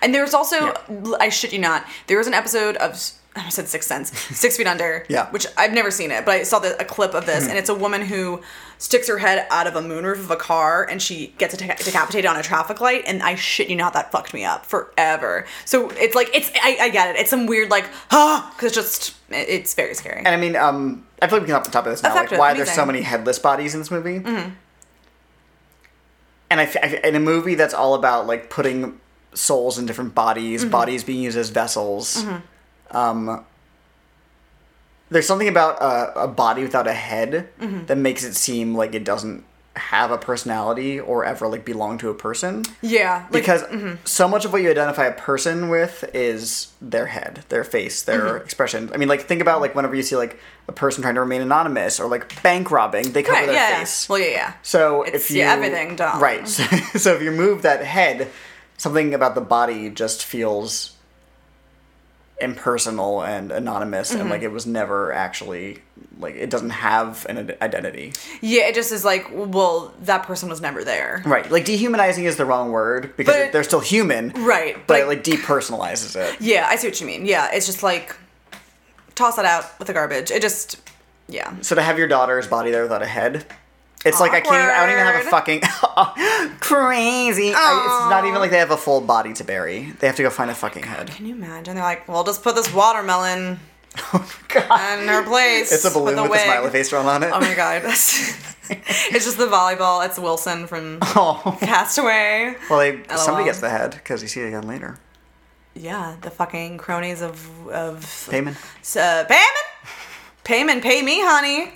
And there was also
Yeah.
I shit you not, there was an episode of I said Sixth Sense, Six Feet Under.
Yeah. Mm-hmm.
Which I've never seen it, but I saw the, a clip of this, and it's a woman who sticks her head out of a moonroof of a car, and she gets deca- decapitated on a traffic light. And I shit you not, that fucked me up forever. So it's like it's I, I get it. It's some weird like ah, because just it- it's very scary.
and I mean um I feel like we can hop on top of this now like
Effective,
why there's so
amazing.
many headless bodies in this movie and I, f- I f- in a movie that's all about like putting souls in different bodies, bodies being used as vessels. Um, there's something about a, a body without a head that makes it seem like it doesn't have a personality or ever like belong to a person
yeah, like, mm-hmm.
because so much of what you identify a person with is their head, their face, their
Mm-hmm.
expression. I mean, like think about like whenever you see like a person trying to remain anonymous or like bank robbing, they cover
right,
their
yeah,
face.
yeah. Well, yeah, yeah.
So
It's-
if you
yeah, everything dumb.
right, so, so if you move that head, something about the body just feels impersonal and anonymous
Mm-hmm.
and like it was never actually like it doesn't have an id- identity
Yeah, it just is like, well, that person was never there.
right like dehumanizing is the wrong word because
But-
they're still human
Right,
but
but
it like depersonalizes it
Yeah, I see what you mean. Yeah, it's just like toss that out with the garbage. It just, yeah.
so to have your daughter's body there without a head it's like I can't. Even, I don't even have a fucking crazy. I, it's not even like they have a full body to bury. They have to go find a fucking head. Oh
Can you imagine? They're like, well, just put this watermelon
God.
in her place.
It's a balloon with a,
wig.
smiley face drawn on it.
Oh my god. it's just the volleyball. It's Wilson from
Oh.
Castaway.
Well, they,
LOL.
somebody gets the head because you see it again later.
Yeah, the fucking cronies of of
Payment.
S- uh, Payman. Payman, pay me, honey.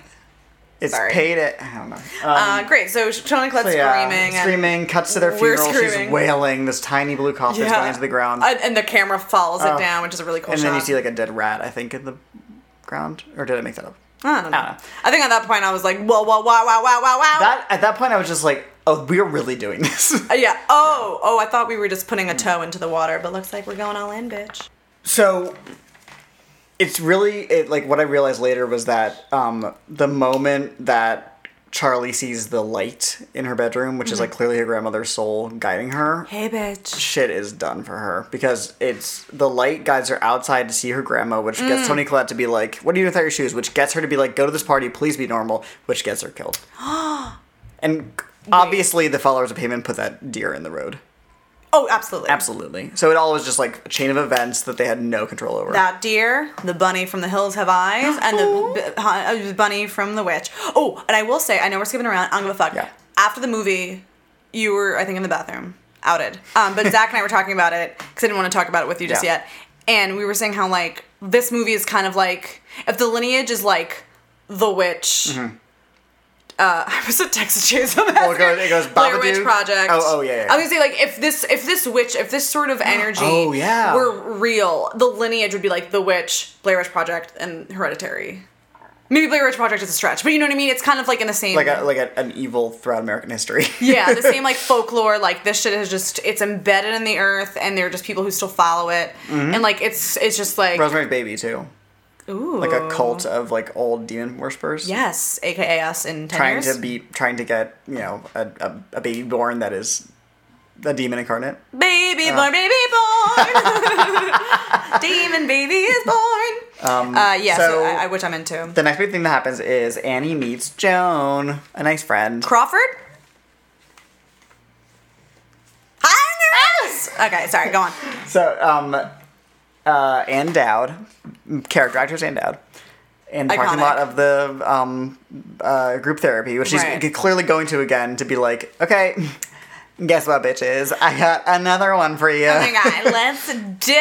It's
Sorry.
paid at. I don't know. Um,
Uh, great. So Tony Collette's
so yeah,
screaming. and-
screaming, cuts to their
we're
funeral.
screaming.
She's wailing. This tiny blue coffin is
Yeah.
going into the ground,
And, and the camera follows it
Oh.
down, which is a really cool
and
shot.
then you see like a dead rat. I think in the ground, or did I make that up?
I don't know.
Ah.
I think at that point I was like, whoa, whoa, wow, wow, wow, wow, wow.
That at that point, I was just like, "Oh, we're really doing this."
Uh, yeah. Oh, oh, I thought we were just putting a toe into the water, but looks like we're going all in, bitch.
so it's really it like what i realized later was that um the moment that charlie sees the light in her bedroom which is like clearly her grandmother's soul guiding her
Hey, bitch.
shit is done for her because it's the light guides her outside to see her grandma which gets tony collette to be like what are you doing without your shoes which gets her to be like go to this party please be normal which gets her killed and obviously the followers of payment put that deer in the road
Oh, absolutely.
absolutely so it all was just like a chain of events that they had no control over Oh.
That deer, the bunny from the hills have eyes, and the b- uh, bunny from the witch. Oh, and I will say, I know we're skipping around. I don't give a fuck.
Yeah.
After the movie, you were, I think, in the bathroom, outed. Um, but Zach and I were talking about it because I didn't want to talk about it with you just
Yeah.
yet. And we were saying how like this movie is kind of like if the lineage is like the witch. Uh, I was at Texas Chainsaw Massacre.
Mm-hmm. it goes- it goes
Blair Witch
Babadook.
Project.
Oh, oh, yeah, yeah,
I was gonna say like if this if this witch if this sort of energy
Oh, yeah.
were real, the lineage would be like The Witch, Blair Witch Project, and Hereditary. Maybe Blair Witch Project is a stretch, but you know what I mean. It's kind of like in the same,
like a, like a, an evil throughout American history.
yeah, the same like folklore. Like this shit is just it's embedded in the earth, and there are just people who still follow it,
Mm-hmm.
and like it's it's just like
Rosemary's Baby too,
ooh,
like a cult of like old demon worshippers.
Yes, aka us in ten
trying
years.
to be trying to get you know a, a, a baby born that is a demon incarnate.
baby
Uh.
born, baby born, demon baby is born.
Um,
uh, yeah, so,
so-
I, I, which I'm into.
The next big thing that happens is Annie meets Joan, a nice friend.
Crawford? Hangers! Okay, sorry, go on.
So um, uh, Anne Dowd, character actress Anne Dowd. In the parking
Iconic.
lot of the um, uh, group therapy, which she's
Right.
clearly going to again to be like, okay, guess what, bitches? I got another one for you.
Oh my god, let's dish!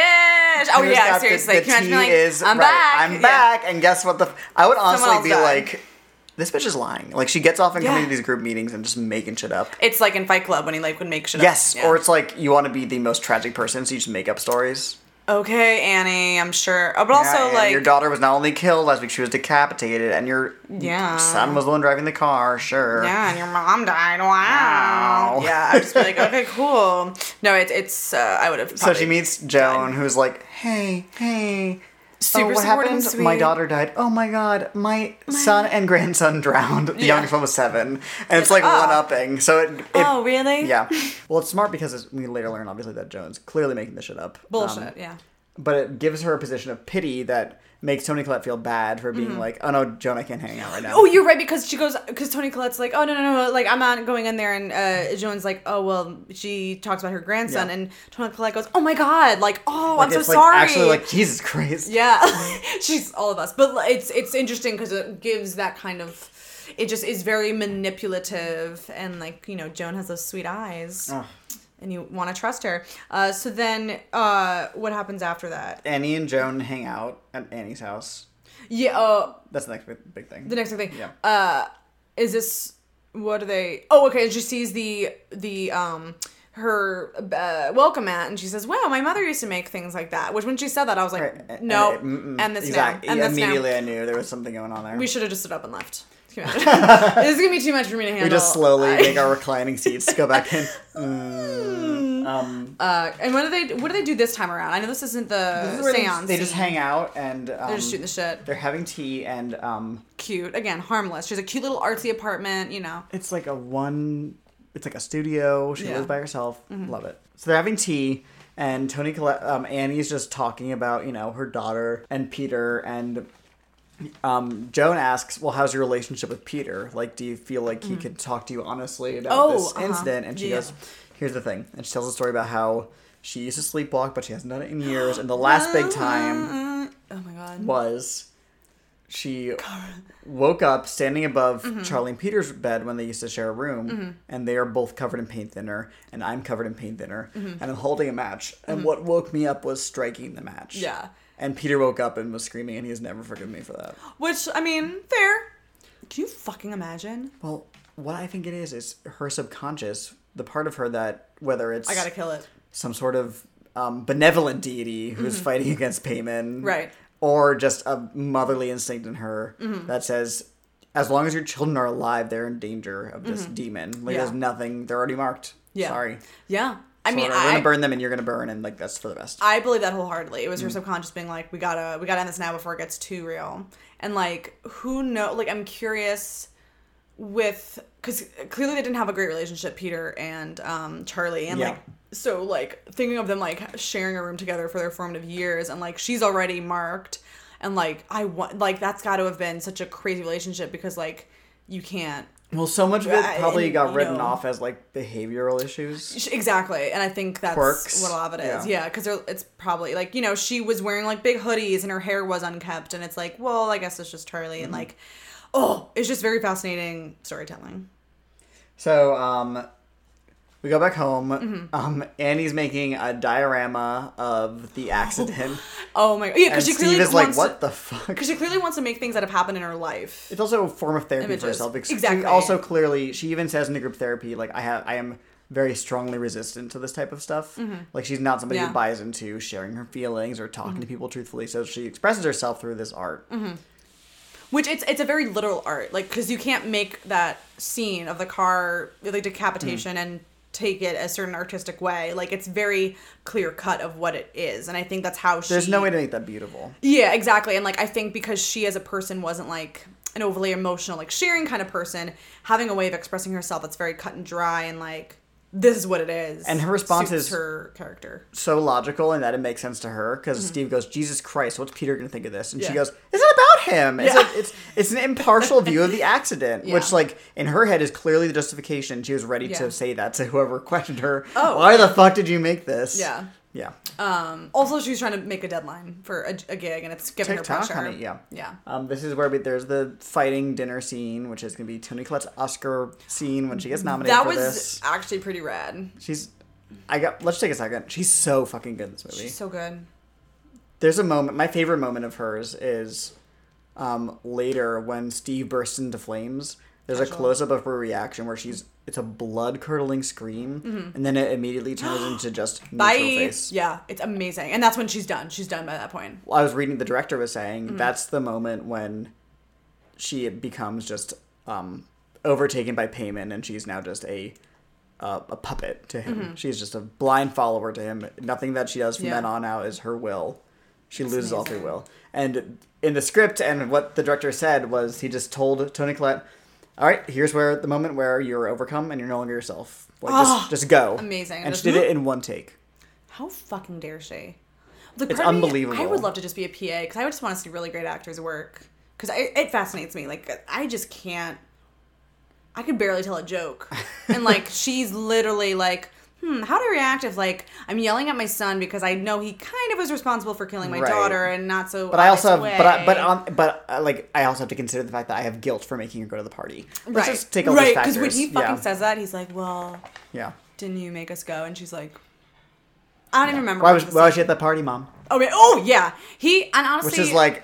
Oh
Here's
yeah,
that the-
seriously.
The,
Can you imagine
tea
being like,
is
I'm
right,
back.
I'm
Yeah.
back. And guess what? The f- I would honestly
else
be
died.
like, this bitch is lying. Like she gets off and coming
Yeah.
to these group meetings and just making shit up.
It's like in Fight Club when he like would make shit up.
yes,
Yeah.
or it's like you want to be the most tragic person, so you just make up stories.
okay, Annie, I'm sure. Oh, but
Yeah,
also
and
like
your daughter was not only killed last week; she was decapitated, and your
Yeah.
son was the one driving the car. Sure.
Yeah, and your mom died. Wow.
Wow.
Yeah, I'd just be like, okay, cool. No, it, it's uh, I would have.
So she meets Joan, who's like, "Hey, hey."
Super
oh, what
supportive
happened?
and
My
sweet.
daughter died. Oh my god, my, son and grandson drowned. The
Yeah.
youngest one was seven, and it's
like,
like
oh.
one upping. So it, it
Oh really?
yeah. Well, it's smart because it's, we later learn, obviously, that Joan's clearly making this shit up. Um,
Bullshit. yeah.
But it gives her a position of pity that makes Tony Collette feel bad for
Mm-hmm.
being like, oh no, Joan, I can't hang out right now.
Oh, you're right because she goes because Tony Collette's like, oh no no no, like I'm not going in there, and uh, Joan's like, oh well, she talks about her grandson,
Yeah.
and Tony Collette goes, oh my god, like oh I'm so
it's like,
sorry.
Actually, like, Jesus Christ.
yeah, she's all of us, but like, it's it's interesting because it gives that kind of. It just is very manipulative, and like you know, Joan has those sweet eyes,
Ugh.
and you want to trust her. Uh, so then, uh, what happens after that?
Annie and Joan hang out at Annie's house.
Yeah, uh,
That's the next big, big thing.
the next thing.
Yeah.
Uh, is this what are they? Oh, okay. And she sees the the um her uh, welcome mat, and she says, "Wow, my mother used to make things like that." Which when she said that, I was like,
Right, and-
"No,
and it- Eh, mm-mm.
and this
exactly.
now, and this
Immediately,
now."
I knew there was something going on there.
We
We,
should have just stood up and left. Can you imagine? this is gonna be too much for me to handle.
just slowly
I- Hmm.
make our reclining seats go back in. Um,
Uh, and what do they? What do they do this time around? I know this isn't the
this is where they,
seance.
they just
scene.
hang out and um,
They're just shooting the shit.
they're having tea and um,
Cute again, harmless. She's a cute little artsy apartment. You know.
it's like a one it's like a studio she
Yeah. Mm-hmm.
lives by herself love it so they're having tea and tony Collette, um, annie's just talking about you know her daughter and peter and um, joan asks well how's your relationship with peter like do you feel like he could talk to you honestly about
Mm. Oh,
this
uh-huh.
incident and she
Yeah.
goes here's the thing and she tells a story about how she used to sleepwalk but she hasn't done it in years and the last big time
Oh my god.
was she woke up standing above Charlie and Peter's bed when they used to share a room, and they are both covered in paint thinner, and I'm covered in paint thinner, and I'm holding a match. And what woke me up was striking the match.
Yeah.
And Peter woke up and was screaming, and he has never forgiven me for that.
Which I mean, fair. Can you fucking imagine?
Well, what I think it is is her subconscious, the part of her that whether it's
I gotta kill it.
some sort of um, benevolent deity who's fighting against payment,
Mm-hmm. Right. Mm-hmm.
Or just a motherly instinct in her that says, as long as your children are alive, they're in danger of this demon. Like,
Mm-hmm. Yeah.
there's nothing, they're already marked.
Yeah.
Sorry.
Yeah. I
So
mean,
we're
I,
gonna burn them and you're gonna burn, and like, that's for the best.
I believe that wholeheartedly. It was her subconscious being like, "We gotta, we gotta end this now before it gets too real." And like, who know? Like, I'm curious with because clearly they didn't have a great relationship, Peter and um, Charlie, and
Yeah.
like, so like thinking of them like sharing a room together for their formative years, and like she's already marked, and like I want like that's got to have been such a crazy relationship because like you can't
well, so much of it
I-
probably
and,
got
you
written
know-
off as like behavioral issues.
Sh- Exactly, and I think that's
Quirks.
what a lot of it is.
Yeah.
Yeah, because it's probably like you know she was wearing like big hoodies and her hair was unkept, and it's like, well, I guess it's just Charlie,
Mm-hmm.
and like, oh, it's just very fascinating storytelling.
So, um, we go back home.
Mm-hmm.
Um, Annie's making a diorama of the accident.
Oh my god, yeah,
and
because she
Steve
clearly
is like,
wants
what the fuck?
because she clearly wants to make things that have happened in her life.
It's also a form of therapy for
Images.
herself. because she
Exactly.
Also, clearly, she even says in the group therapy, like I have, I am very strongly resistant to this type of stuff. Like she's not somebody
Mm-hmm. Yeah. Mm-hmm.
who buys into sharing her feelings or talking to people truthfully. So she expresses herself through this art.
Which it's it's a very literal art, like because you can't make that scene of the car the decapitation
Mm-hmm.
and take it a certain artistic way. Like it's very clear cut of what it is, and I think that's how she.
There's no way to make that beautiful.
Yeah, exactly. And like I think because she as a person wasn't like an overly emotional, like sharing kind of person, having a way of expressing herself that's very cut and dry and like this is what it is.
And her response
suits
is-
her character.
So logical, and that it makes sense to her because Steve goes, "Jesus Christ, what's Peter going to think of this?" And she
Mm-hmm. Yeah.
goes, "It's not about him. It's
Yeah.
a, it's it's an impartial view of the accident,
Yeah.
which like in her head is clearly the justification. She was ready
Yeah.
to say that to whoever questioned her.
Oh,
why the fuck did you make this?
Yeah.
Yeah.
Um, also, she's trying to make a deadline for a, a gig, and it's giving her
TikTok,
pressure.
honey, yeah.
yeah.
Um, this is where we, there's the fighting dinner scene, which is going to be Tony Collette's Oscar scene when she gets nominated
That
for
was
this.
actually pretty rad.
She's, I got. Let's take a second. She's so fucking good in this movie.
She's so good.
there's a moment. My favorite moment of hers is, um, later when Steve bursts into flames. There's a
Casual.
close up of her reaction where she's. It's a blood curdling scream, and then it immediately turns into just neutral
Bye.
face.
Yeah, it's amazing, and that's when she's done. She's done by that point.
I was reading the director was saying
Mm.
that's the moment when she becomes just um, overtaken by payment and she's now just a uh, a puppet to him. She's just a blind follower to him. Nothing that she does from
Mm-hmm. Yeah.
then on out is her will. She loses all free
amazing.
will. And in the script and what the director said was he just told Tony Collette, "All right, here's where the moment where you're overcome and you're no longer yourself. Like
Ah,
just just go."
amazing.
And
Just
she did it in one take.
How fucking dare she? Like, part of
It's
me- I
unbelievable.
would love to just be a PA because I would just want to see really great actors work because it fascinates me. Like I just can't. I could barely tell a joke, and like she's literally like, hmm, how do I react if like I'm yelling at my son because I know he kind of was responsible for killing my
Right.
daughter and not so.
But I also have,
way.
but I, but um, but uh, like I also have to consider the fact that I have guilt for making her go to the party. Let's
right,
just take all
right,
those
because
factors.
when he fucking
yeah.
says that, he's like, well,
yeah.
didn't you make us go? And she's like, I don't even remember.
Why
much
was
of the
why was
scene.
she at that party, mom?
Oh, yeah. oh yeah, he and honestly,
Which is like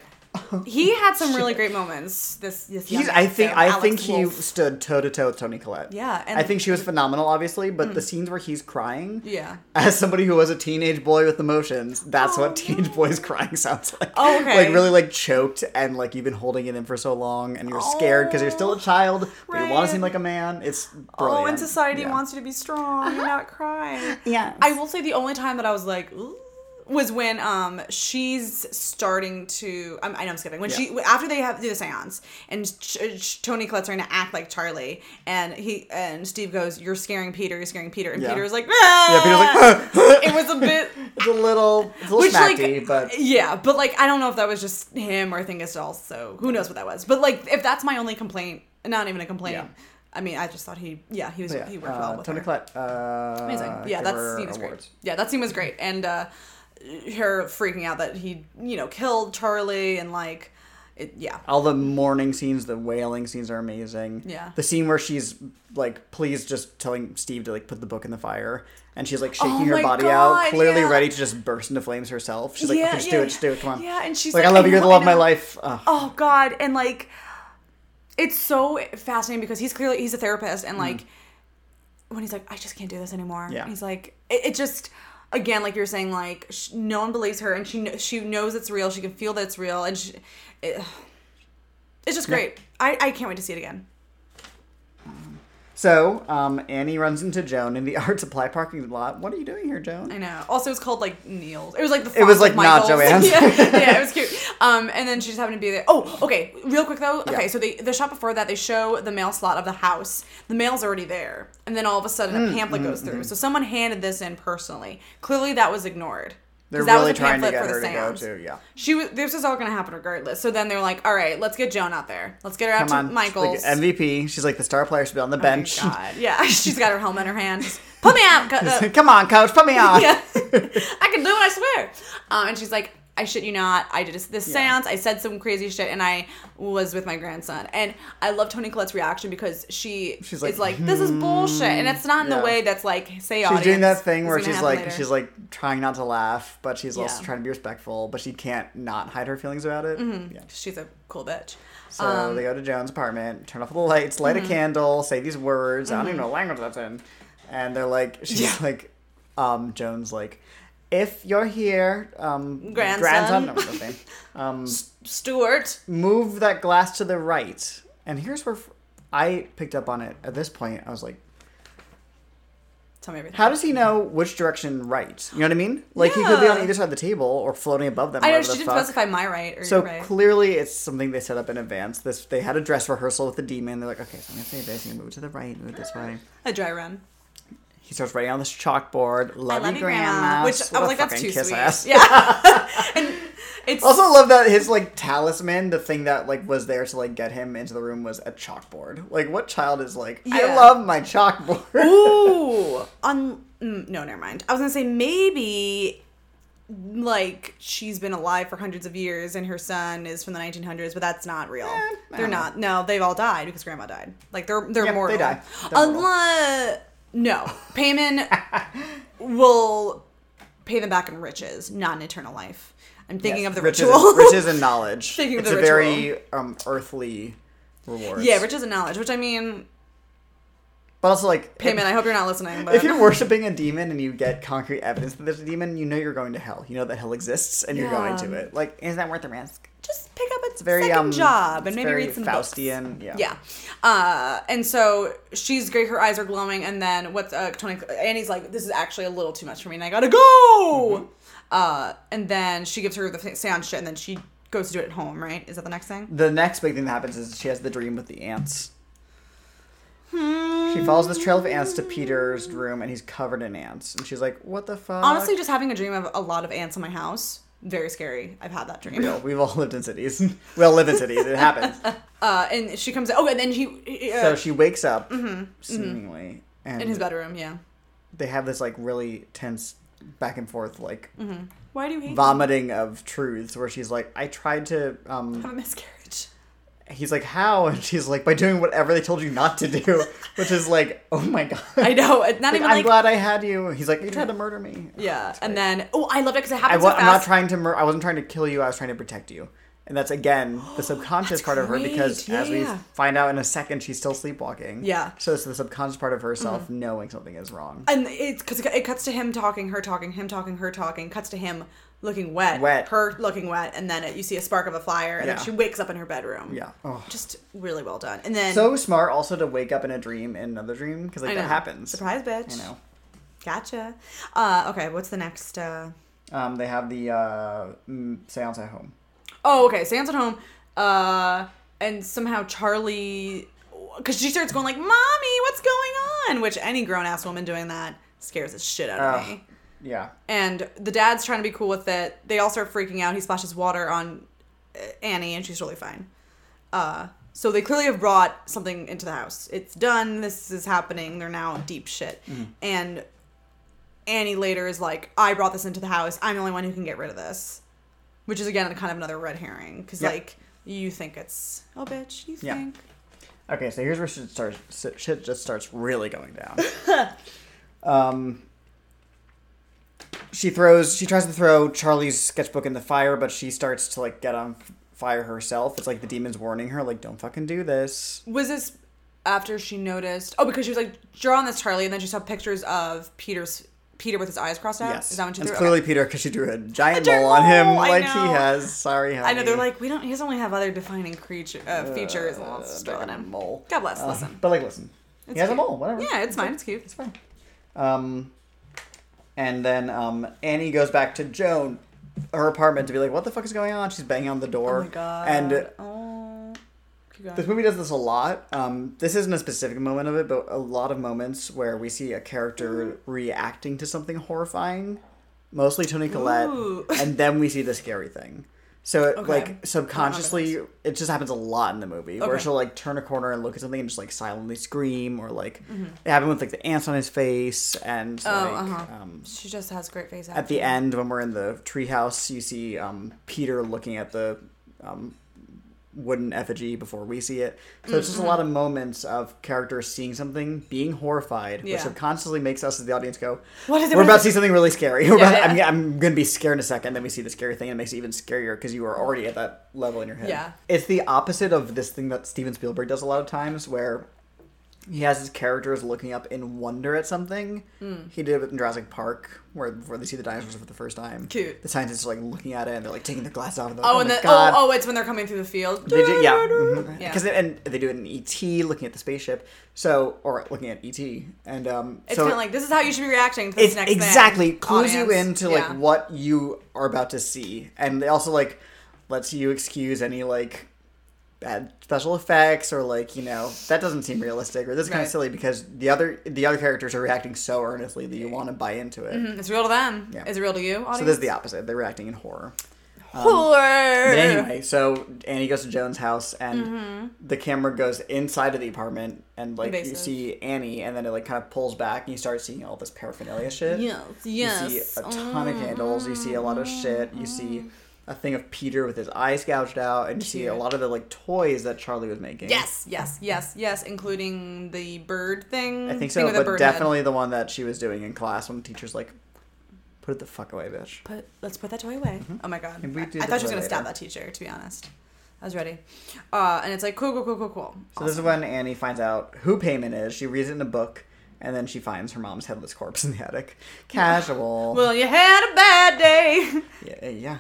He had some really great moments. This, this
He's,
young
I think
actor,
I
Alex
think he
Wolff.
stood toe to toe with Tony Collette.
Yeah, and- Hmm.
I think she was phenomenal, obviously, but the scenes where he's crying,
Yeah.
as somebody who was a teenage boy with emotions, that's
Oh,
what teenage boys crying sounds like.
Oh, okay.
Like really like choked and like you've been holding it in for so long and you're scared because you're still a child, but you want
Oh, right.
to seem like a man. It's brilliant.
Oh, and society
Yeah.
wants you to be strong and not cry.
Yeah.
I will say the only time that I was like "Ooh,"
was when um she's starting to I'm, I know I'm skipping when she after they have do the seance and Ch- Ch- Tony Collette's trying to act like Charlie and he and Steve goes you're scaring Peter you're scaring Peter and
Yeah.
Peter's like ah!
yeah, Peter's like
it was a bit
it's a little it's a little
which
smacky,
like
but
yeah but like I don't know if that was just him or I think it's also who knows what that was but like if that's my only complaint not even a complaint
Yeah.
I mean I just thought he yeah he was
yeah.
he worked
uh,
well with
Tony
her.
Collette. Uh,
Amazing. Yeah,
give
that
her
scene was
awards.
great. Yeah, that scene was great. And uh, her freaking out that he, you know, killed Charlie and like, it, yeah.
All the mourning scenes, the wailing scenes are amazing.
Yeah.
The scene where she's like, please just telling Steve to like put the book in the fire. And she's like shaking
Oh
her
my
body
God,
out, clearly
yeah.
ready to just burst into flames herself. She's like,
Yeah,
"Okay, just
yeah,
do it, just do it, come on.
yeah, and she's
like,
like,
I love
"I
you, you're the
know, I
love of my
know."
life. Uh, Ugh.
Oh God, and like, it's so fascinating because he's clearly he's a therapist and like, when he's like, I just can't do this anymore.
Yeah.
He's like, it, it just. Again, like you're saying, like sh- no one believes her, and she kn- she knows it's real. She can feel that it's real, and she, it, it's just great. I, I can't wait to see it again.
So, um, Annie runs into Joan in the art supply parking lot. What are you doing here, Joan?
I know. Also, it's called like Neil's. It was like the.
It was,
Fox of
like, not
Michaels.
Joanne's.
yeah, yeah, it was cute. Um, and then she just happened to be there. Oh, okay. Real quick though. Okay,
Yeah.
so they the shot before that they show the mail slot of the house. The mail's already there, and then all of a sudden
Hmm,
a pamphlet goes through. So someone handed this in personally. Clearly, that was ignored. 'Cause
They're
that
really
was a
trying to
pamphlet
get
for
her
the
to go
seance.
to, yeah.
She was. This is all gonna happen regardless. So then they're like, "All right, let's get Joan out there. Let's get her out
Come on.
to Michael's."
She's like, MVP. She's like, the star player should be on the
Oh my
bench.
God. Yeah, she's got her helmet in her hand. Just, Put me out. Got the-
come on, coach, put me on.
yeah. I can do it, I swear. Um, and she's like, I shit you not. I did this, this seance. I said some crazy shit, and I was with my grandson. And I love Tony Collette's reaction because she
She's
is
like,
like, this is bullshit, and it's not in
yeah.
the way that's like, say,
She's
audience.
doing that thing
it's
where
gonna
she's
happen
like
later."
she's like trying not to laugh, but she's also
Yeah.
trying to be respectful, but she can't not hide her feelings about it. Yeah.
she's a cool bitch. Um,
So they go to Joan's apartment, turn off the lights,
mm-hmm.
light a candle, say these words. I don't even know what language that's in. And they're like, she's like, um, Joan's like, if you're here, um,
Grandson.
no, what's his name? um,
Stuart,
move that glass to the right. And here's where f- I picked up on it. At this point, I was like,
tell me everything.
How does he know which direction right? You know what I mean? Like he could be on
Yeah.
either side of the table or floating above them.
I know
whatever
she
the
didn't
fuck.
specify my right or
So
your right.
clearly, it's something they set up in advance. This they had a dress rehearsal with the demon. They're like, okay, so I'm gonna say this. I'm gonna move to the right, move this way.
a dry run.
He starts writing on this chalkboard.
I
Love,
love
you,
you,
grandma.
Grandma. Which
What
I
a
was like, that's
fucking
too
kiss
sweet.
ass.
Yeah. and it's
Also love that his like talisman, the thing that like was there to like get him into the room was a chalkboard. Like what child is like,
Yeah.
I love my chalkboard.
Ooh, on mm, no, never mind. I was gonna say maybe like she's been alive for hundreds of years and her son is from the 1900s, but that's not real.
Eh, I
they're
don't know.
not. No, they've all died because grandma died. Like they're they're
Yeah, they
mortal.
die. They're mortal.
Unless no, Payman will pay them back in riches, not in eternal life. I'm thinking
Yes,
of the
riches
ritual.
and, riches and knowledge.
Thinking of
it's
the
a
ritual.
very um, earthly reward.
yeah, riches and knowledge. Which I mean,
but also like
Payman. I hope you're not listening. But
If, if you're worshiping a demon and you get concrete evidence that there's a demon, you know you're going to hell. You know that hell exists, and you're going to
Yeah.
it. Like, is that worth the risk?
just pick up a
Very
second
um,
job and
it's
maybe
very
read some books.
Faustian. Yeah.
Yeah. Uh, and so she's great. Her eyes are glowing. And then what's uh, Tony? Annie's like, this is actually a little too much for me, and I gotta
Mm-hmm.
go. Uh, and then she gives her the fa- seance shit, and then she goes to do it at home. Right? Is that the next thing?
The next big thing that happens is she has the dream with the ants.
Hmm.
She follows this trail of ants to Peter's room, and he's covered in ants. And she's like, "What the fuck?"
Honestly, just having a dream of a lot of ants in my house. Very scary. I've had that dream.
Real. we've all lived in cities. we all live in cities. It happens.
Uh, and she comes. Oh, and then he uh,
So she wakes up,
Mm-hmm.
seemingly, and
in his bedroom. Yeah.
they have this like really tense back and forth like
Mm-hmm. Why do you hate?
vomiting of truths where she's like, I tried to. um
have a miscarriage.
He's like, how? And she's like, by doing whatever they told you not to do, which is like, oh my god.
I know. It's not
Like,
even
I'm
like.
glad I had you. He's like, you tried to murder me.
yeah.
It's
And
great.
then oh, I loved it because it
I
happened
wa-
so
I'm not
fast.
trying to. Mur- I wasn't trying to kill you. I was trying to protect you. And that's again the subconscious part of her because
great,
as we
yeah.
find out in a second, she's still sleepwalking.
Yeah. Mm-hmm.
So it's the subconscious part of herself knowing something is wrong.
And it's because it cuts to him talking, her talking, him talking, her talking. Cuts to him looking wet,
Wet.
her looking wet, and then it, you see a spark of a fire, and
Yeah.
then she wakes up in her bedroom.
Yeah. Oh.
just really well done. And then
So smart also to wake up in a dream in another dream because like
I
that
know.
happens.
Surprise, bitch.
You know.
Gotcha. Uh, okay, what's the next? Uh...
Um, they have the uh, mm, seance at home.
Oh, okay. Sam's at home, uh, and somehow Charlie, because she starts going like, "Mommy, what's going on?" Which any grown ass woman doing that scares the shit out of
Oh.
me.
Yeah.
And the dad's trying to be cool with it. They all start freaking out. He splashes water on uh, Annie, and she's totally fine. Uh, so they clearly have brought something into the house. It's done. This is happening. They're now in deep shit.
Mm-hmm.
And Annie later is like, "I brought this into the house. I'm the only one who can get rid of this," which is again kind of another red herring because
Yeah.
like you think it's oh bitch, you
Yeah.
think
Okay, so here's where shit starts. si- Shit just starts really going down. um, she throws. She tries to throw Charlie's sketchbook in the fire, but she starts to like get on f- fire herself. It's like the demons warning her, like, "Don't fucking do this."
was this after she noticed? Oh, because she was like, "Draw on this, Charlie," and then she saw pictures of Peter's Peter with his eyes crossed out.
Yes,
Is that when she
it's
threw?
clearly
Okay.
Peter because she drew a giant,
giant
mole on him,
mole, I
like
know.
he has. Sorry, honey.
I know they're like, we don't. He doesn't really have other defining creature uh, features. and
Uh,
let's just draw
like
it
a
in.
mole.
God bless.
Uh,
listen.
but like, listen,
It's
he has a
cute.
mole. Whatever.
Yeah, it's fine. It's cute.
It's fine. Um, and then um, Annie goes back to Joan, her apartment, to be like, "What the fuck is going on?" She's banging on the door.
Oh my god.
And
oh, keep going.
this movie does this a lot. Um, this isn't a specific moment of it, but a lot of moments where we see a character
Mm-hmm.
reacting to something horrifying, mostly Tony Collette,
Ooh.
and then we see the scary thing. So it,
Okay.
like subconsciously, it just happens a lot in the movie where
Okay.
she'll like turn a corner and look at something and just like silently scream or like it happened with like the ants on his face and like
Mm-hmm. uh-huh.
um,
she just has great face.
at the end when we're in the treehouse, you see um, Peter looking at the um, wooden effigy before we see it. So it's just a lot of moments of characters seeing something, being horrified,
Yeah.
which subconsciously makes us as the audience go,
What is it?
"We're
What
about
is
to see something really scary. We're
Yeah,
about- I'm,
yeah.
I'm going to be scared in a second. Then we see the scary thing, and it makes it even scarier because you are already at that level in your head.
Yeah.
it's the opposite of this thing that Steven Spielberg does a lot of times, where he has his characters looking up in wonder at something.
Hmm.
He did it in Jurassic Park, where where they see the dinosaurs for the first time.
Cute.
The scientists are like looking at it and they're like taking their glasses off. And they're like,
Oh,
oh,
and
my
then
god.
oh, oh, it's when they're coming through the field.
They do, yeah, Mm-hmm.
Yeah.
because and they do it in ET, looking at the spaceship. So or looking at ET, and um,
It's
so
kind of like this is how you should be reacting to this
it's
next thing.
exactly clues you
Audience.
into like
Yeah.
what you are about to see, and they also like lets you excuse any like bad special effects or like you know that doesn't seem realistic or this is kind
Right.
of silly because the other the other characters are reacting so earnestly that you want to buy into it.
Mm, It's real to them.
Yeah.
Is it real to you? Audience?
So this is the um, opposite. They're reacting in horror.
Horror.
But anyway, so Annie goes to Joan's house, and the camera goes inside of the apartment, and like you
Mm-hmm. Invasive.
see Annie, and then it like kind of pulls back, and you start seeing all this paraphernalia shit.
Yes, yes. Oh,
You see a ton of candles. You see a lot of shit. You see a thing of Peter with his eyes gouged out, and you see a
Cute.
lot of the like toys that Charlie was making.
Yes, yes, yes, yes, including the bird thing.
I think
Mm, thing
so,
with the
but
bird head.
definitely the one that she was doing in class when the teacher's like, "Put it the fuck away, bitch."
Put, let's put that toy away. Oh my god.
Mm-hmm. And we
I,
do
I
the
thought she was
toy
going to stab
later.
that teacher, to be honest. I was ready. Uh, and it's like, cool, cool, cool, cool, cool.
So this is when Annie finds out who Payment is. She reads it in a book, and then she finds her mom's headless corpse in the attic. Casual.
Well, you had a bad day.
yeah, yeah.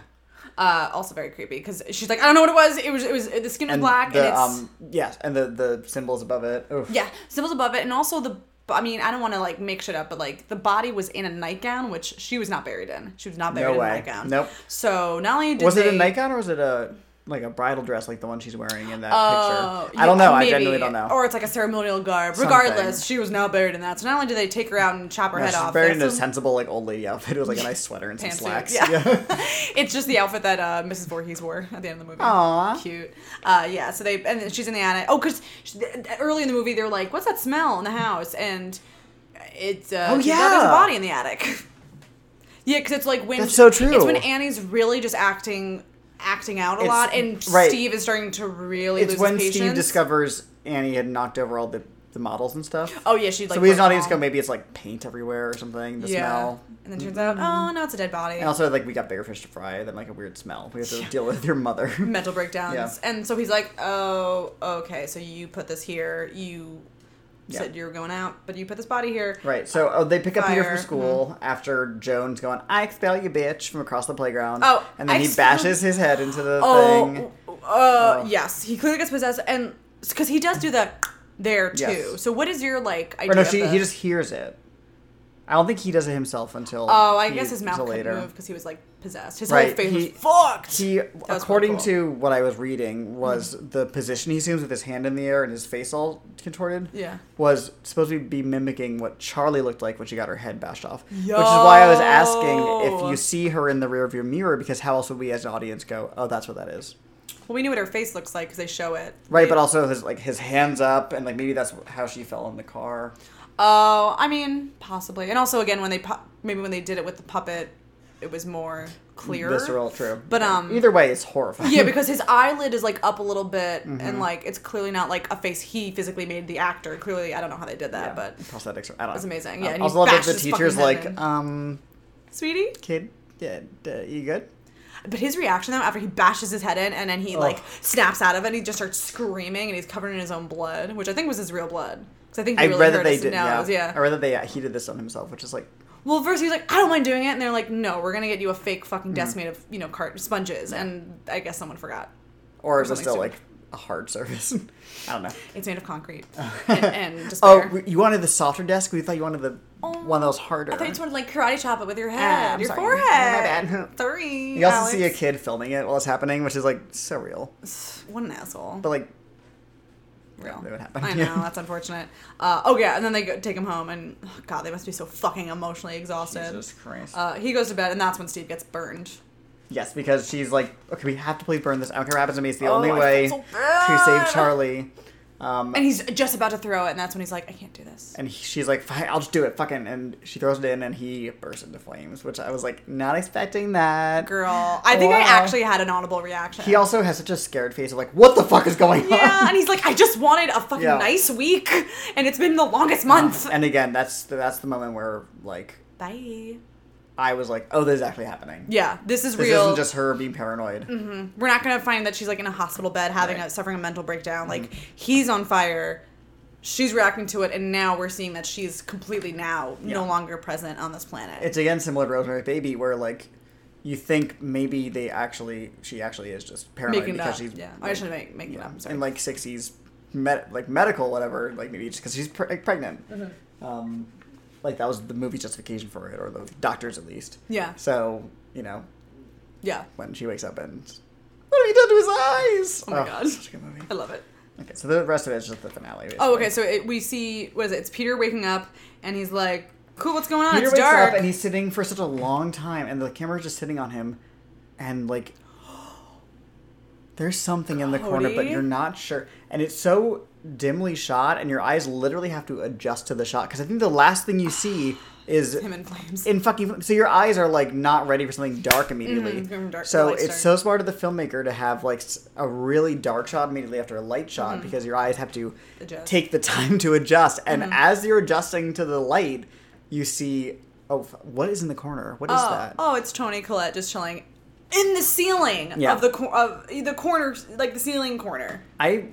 Uh, also very creepy because she's like, I don't know what it was. It was, it was the skin was
And
black
the
and it's
um yes, and the the symbols above it. Oof.
yeah, symbols above it, and also the. I mean, I don't want to like make shit up, but like the body was in a nightgown, which she was not buried in. She was not buried in
way.
a nightgown.
Nope.
So not only did
Was it a
they-
nightgown or was it a like a bridal dress like the one she's wearing in that
Oh,
picture? I don't
yeah,
know. I
maybe.
genuinely don't know.
Or it's like a ceremonial garb.
Something.
Regardless, she was now buried in that. So not only do they take her out and chop her
Yeah,
head
she's
off,
buried
there's
in a
some-
sensible like old lady outfit. It was like a nice sweater and some
Pantsuit,
slacks.
yeah. it's just the outfit that uh, Mrs. Voorhees wore at the end of the movie.
Aw.
cute. Uh, yeah. So they and then she's in the attic. Oh, because early in the movie they're like, "What's that smell in the house?" And it's uh,
Oh,
turns out there's a
yeah.
body in the attic. yeah, because it's like when
That's so true.
It's when Annie's really just acting acting out a
It's-
lot, and
right.
Steve is starting to really
It's
lose
when
his
Steve
patience.
discovers Annie had knocked over all the the models and stuff.
Oh yeah, she like.
so we as an
broke
audience
all-
go, maybe it's like paint everywhere or something. The smell. Mm-hmm.
And then turns out, oh no, it's a dead body.
And also, like we got bigger fish to fry than like a weird smell. We have to deal with your mother.
Mental breakdowns.
Yeah.
And so he's like, oh, okay, so you put this here. You
Yeah.
said you were going out, but you put this body here.
Right. So oh, they pick up Peter
Fire. Mm-hmm.
from school after Jones going, "I expel you, bitch," from across the playground.
Oh,
and then
I
he
expel-
bashes his head into the
Oh,
thing.
uh, yes. He clearly gets possessed, and because he does do that there too.
Yes.
So what is your like idea?
Or no,
of
she,
the-
he just hears it. I don't think he does it himself until.
Oh, I
he-
guess his mouth
until
couldn't
later.
move because he was like possessed. His whole
Right,
face
he-
was fucked.
He,
was Hmm.
according
pretty
to what I was reading, was the position he assumes with his hand in the air and his face all contorted.
Yeah.
Was supposed to be mimicking what Charlie looked like when she got her head bashed off. Which is why I was asking
Yo.
if you see her in the rearview mirror, because how else would we as an audience go, oh, that's what that is?
well, we knew what her face looks like because they show it.
Right,
They-
but also his like his hands up, and like maybe that's how she fell in the car.
Oh, I mean, possibly. And also, again, when they pu- maybe when they did it with the puppet, it was more clear.
Visceral, true.
But, um,
either way, it's horrifying.
Yeah, because his eyelid is like up a little bit,
Mm-hmm.
and like it's clearly not like a face he physically made the actor. Clearly, I don't know how they did that,
Yeah,
but
prosthetics. Are, I don't know.
was amazing. Yeah,
Um,
and he
also love
bashed
that the
his
teacher's
fucking head
like,
in.
um,
sweetie.
kid, yeah, d- you good?
But his reaction though, after he bashes his head in, and then he
Ugh.
like snaps out of it, and he just starts screaming, and he's covered in his own blood, which I think was his real blood. Because I think he
I
really
read
hurt
that they
his
did. Yeah.
nose, yeah.
I read that they uh, he did this on himself, which is like,
Well, first he was like, I don't mind doing it, and they're like, No, we're gonna get you a fake
Mm-hmm.
fucking desk made of you know cart sponges, and I guess someone forgot.
or is it
something
still
stupid.
like a hard service? I don't know.
It's made of concrete and, and
Oh,
despair.
w- you wanted the softer desk? We thought you wanted the one that was harder.
I thought you just wanted to like karate chop it with your
Ah,
head,
I'm
your
sorry.
forehead.
My bad.
Three.
You also
Alex.
see a kid filming it while it's happening, which is like so real.
What an asshole.
But like,
Real.
that would happen,
I know
yeah.
that's unfortunate. Uh, oh yeah, and then they go, take him home, and oh, God, they must be so fucking emotionally exhausted.
Christ.
Uh, he goes to bed, and that's when Steve gets burned.
yes, because she's like, okay, we have to please burn this. I don't care what happens to me. It's the
Oh,
only
I
way
feel so
to
bad.
save Charlie. Um,
And he's just about to throw it, and that's when he's like, I can't do this.
And he, she's like, fine, I'll just do it, fucking. And she throws it in and he bursts into flames, which I was like, not expecting that.
Girl, I think I
Wow.
actually had an audible reaction.
He also has such a scared face of like, what the fuck is going
yeah,
on?
and he's like, I just wanted a fucking
Yeah.
nice week, and it's been the longest month.
And again, that's the, that's the moment where like
Bye.
I was like, oh, this is actually happening.
Yeah, this is
This
real. Mm-hmm.
isn't just her being paranoid.
We're not gonna find that she's like in a hospital bed having
Right.
a suffering a mental breakdown. Like he's on fire, she's reacting to it, and now we're seeing that she's completely now no
Yeah.
longer present on this planet.
It's again similar to Rosemary's Baby, where like you think maybe they actually she actually is just paranoid
making it
because
up.
she's
yeah, I
like,
shouldn't make making
you
it up.
know,
I'm sorry.
in like sixties, med- like medical whatever, like maybe just because she's pre- like, pregnant.
Mm-hmm.
Um, like that was the movie justification for it, or the doctors at least.
Yeah.
So you know
yeah,
when she wakes up and what have you done to his eyes?
Oh my God.
such a good movie.
I love it.
Okay, so the rest of it is just the finale. Basically.
Oh, okay. So it, we see what is it? It's Peter waking up, and he's like, "Cool, what's going on?
Peter
it's
wakes
dark."
up and he's sitting for such a long time, and the camera's just sitting on him, and like, there's something in the corner, but
Cody?
you're not sure, and it's so dimly shot, and your eyes literally have to adjust to the shot because I think the last thing you see is
him in flames.
in fucking so your eyes are like not ready for something dark immediately.
Mhm, from dark-
so
light
it's
start.
so smart of the filmmaker to have like s- a really dark shot immediately after a light shot because your eyes have to
Mm-hmm. Adjust. Mm-hmm.
take the time to adjust. And as you're adjusting to the light, you see oh f- what is in the corner? What is
oh,
that?
oh, it's Tony Collette just chilling in the ceiling
Yeah.
of the cor- of the corner, like the ceiling corner.
I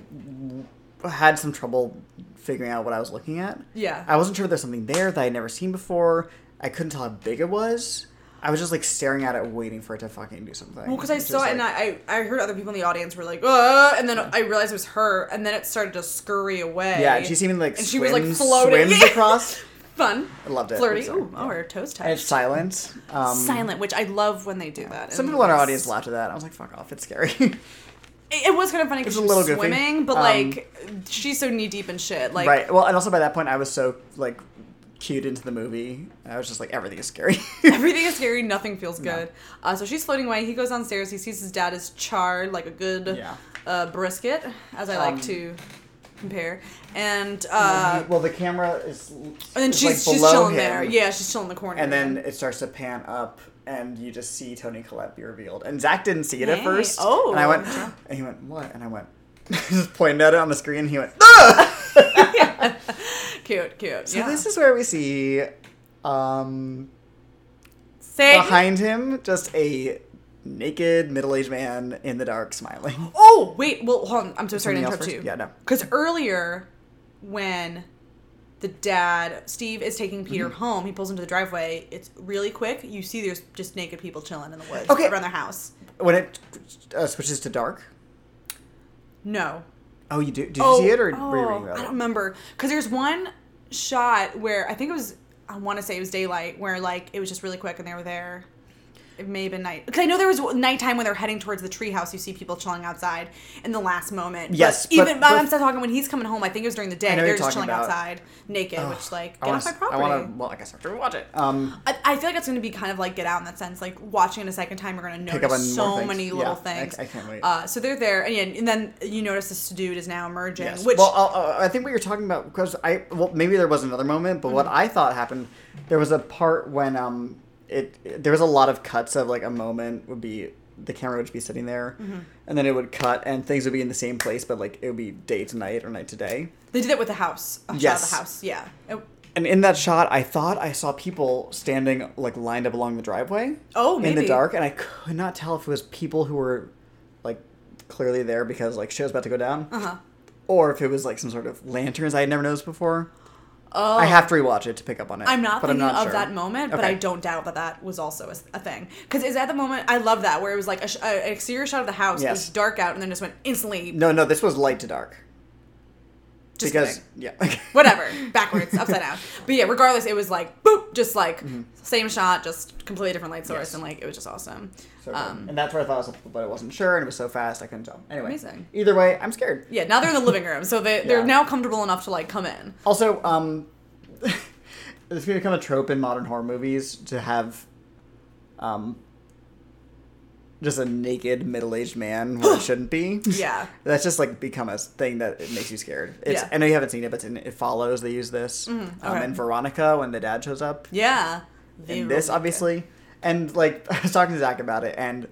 w- had some trouble figuring out what I was looking at.
Yeah.
I wasn't sure if there's something there that I had never seen before. I couldn't tell how big it was. I was just like staring at it, waiting for it to fucking do something.
Well, because I
Which is,
saw it
like-
and I, I I heard other people in the audience were like, "Uh," and then I realized it was her, and then it started to scurry away.
Yeah, and she's even like
and
swims,
she was like floating
swims across.
Fun.
I loved it.
Flirty.
It's, uh,
Ooh,
yeah.
oh, her toes
And it's
touched.
silent. Um,
Silent, which I love when they do that.
Some
in
people in our
movies.
audience laughed at that. I was like, "Fuck off! It's scary."
It, it was kind of funny because she
It's a
was
little goofy.
swimming, but
Um,
like she's so knee deep in shit. Like,
right. Well, and also by that point, I was so like cued into the movie. I was just like, "Everything is scary."
Everything is scary. Nothing feels good. Uh, so she's floating away. He goes downstairs. He sees his dad is charred like a good
Yeah.
uh, brisket, as I
Um,
like to compare. And uh,
well, the camera is. And
and then she's she's chilling there. Yeah, she's chilling in the corner.
And then it starts to pan up, and you just see Tony Collette be revealed. And Zach didn't see it at
Hey.
first.
Oh.
And I went, and he went, "What?" And I went, just pointed at it on the screen. And he went,
Cute, cute.
So
yeah.
this is where we see um,
Say,
behind him just a naked middle-aged man in the dark smiling.
oh wait, well, hold on. I'm so sorry to
Something else
interrupt
first?
you.
Yeah, no.
Because earlier, when the dad Steve is taking Peter
Mm-hmm.
home, he pulls into the driveway. It's really quick. You see, there's just naked people chilling in the woods
Okay.
around their house.
When it uh, switches to dark.
No,
Oh, you do? Did you
Oh,
see it or
oh,
were you reading
I
about
don't
it?
remember because there's one shot where I think it was I want to say it was daylight where like it was just really quick and they were there. It may have been night because I know there was nighttime when they're heading towards the treehouse. You see people chilling outside in the last moment.
Yes,
but
but-
even
but-
I'm still talking when he's coming home. I think it was during the day.
know
They're
you're
just
talking
chilling
about.
outside naked, which like
I
get
wanna
off my
s-
property.
I want to. Well, I guess I have to watch it. Um,
I, I feel like it's going to be kind of like Get Out in that sense. Like watching it a second time, you're going to
Pick up
notice
on
so
more things.
many
Yeah,
little
I-
things.
I can't wait.
Uh, so they're there, and, yeah, and then you notice this dude is now emerging,
yes.
which
well, i I think what you're talking about because I well maybe there was another moment, but
Mm-hmm.
what I thought happened, there was a part when um it there was a lot of cuts of like a moment would be the camera would just be sitting there,
Mm-hmm.
and then it would cut and things would be in the same place, but like it would be day to night or night to day.
They did it with the house. A shot of
Yes.
the house. Yeah. Oh, It-
And in that shot, I thought I saw people standing like lined up along the driveway.
Oh,
In
maybe.
the dark, and I could not tell if it was people who were like clearly there because like shit was about to go down,
uh-huh.
or if it was like some sort of lanterns I had never noticed before.
Oh.
I have to rewatch it to pick up on it.
I'm not
but
thinking
I'm not
of
sure.
that moment, but
Okay.
I don't doubt that that was also a, s- a thing. Because is at the moment I love that where it was like a, sh- a, an exterior shot of the house. It
Yes.
was dark out, and then just went instantly.
No, no, this was light to dark.
just
because
kidding.
yeah,
whatever, backwards, upside down. But yeah, regardless, it was like boop, just like same shot, just completely different light source,
Mm-hmm. Yes.
and like it was just awesome.
So good.
um,
and that's where I thought it was, but I wasn't sure, and it was so fast I couldn't tell. Anyway,
Amazing.
Either way, I'm scared.
yeah, now they're in the living room, so they they're
Yeah.
now comfortable enough to like come in.
Also, um, it's going to become a trope in modern horror movies to have, um, just a naked middle-aged man where it shouldn't be.
Yeah.
that's just like become a s- thing that it makes you scared. It's,
Yeah. Mm-hmm.
I know you haven't seen it, but it's in It Follows. They use this, um,
okay.
and Veronica when the dad shows up
Yeah. They
in this
really-
obviously and like i was talking to zach about it and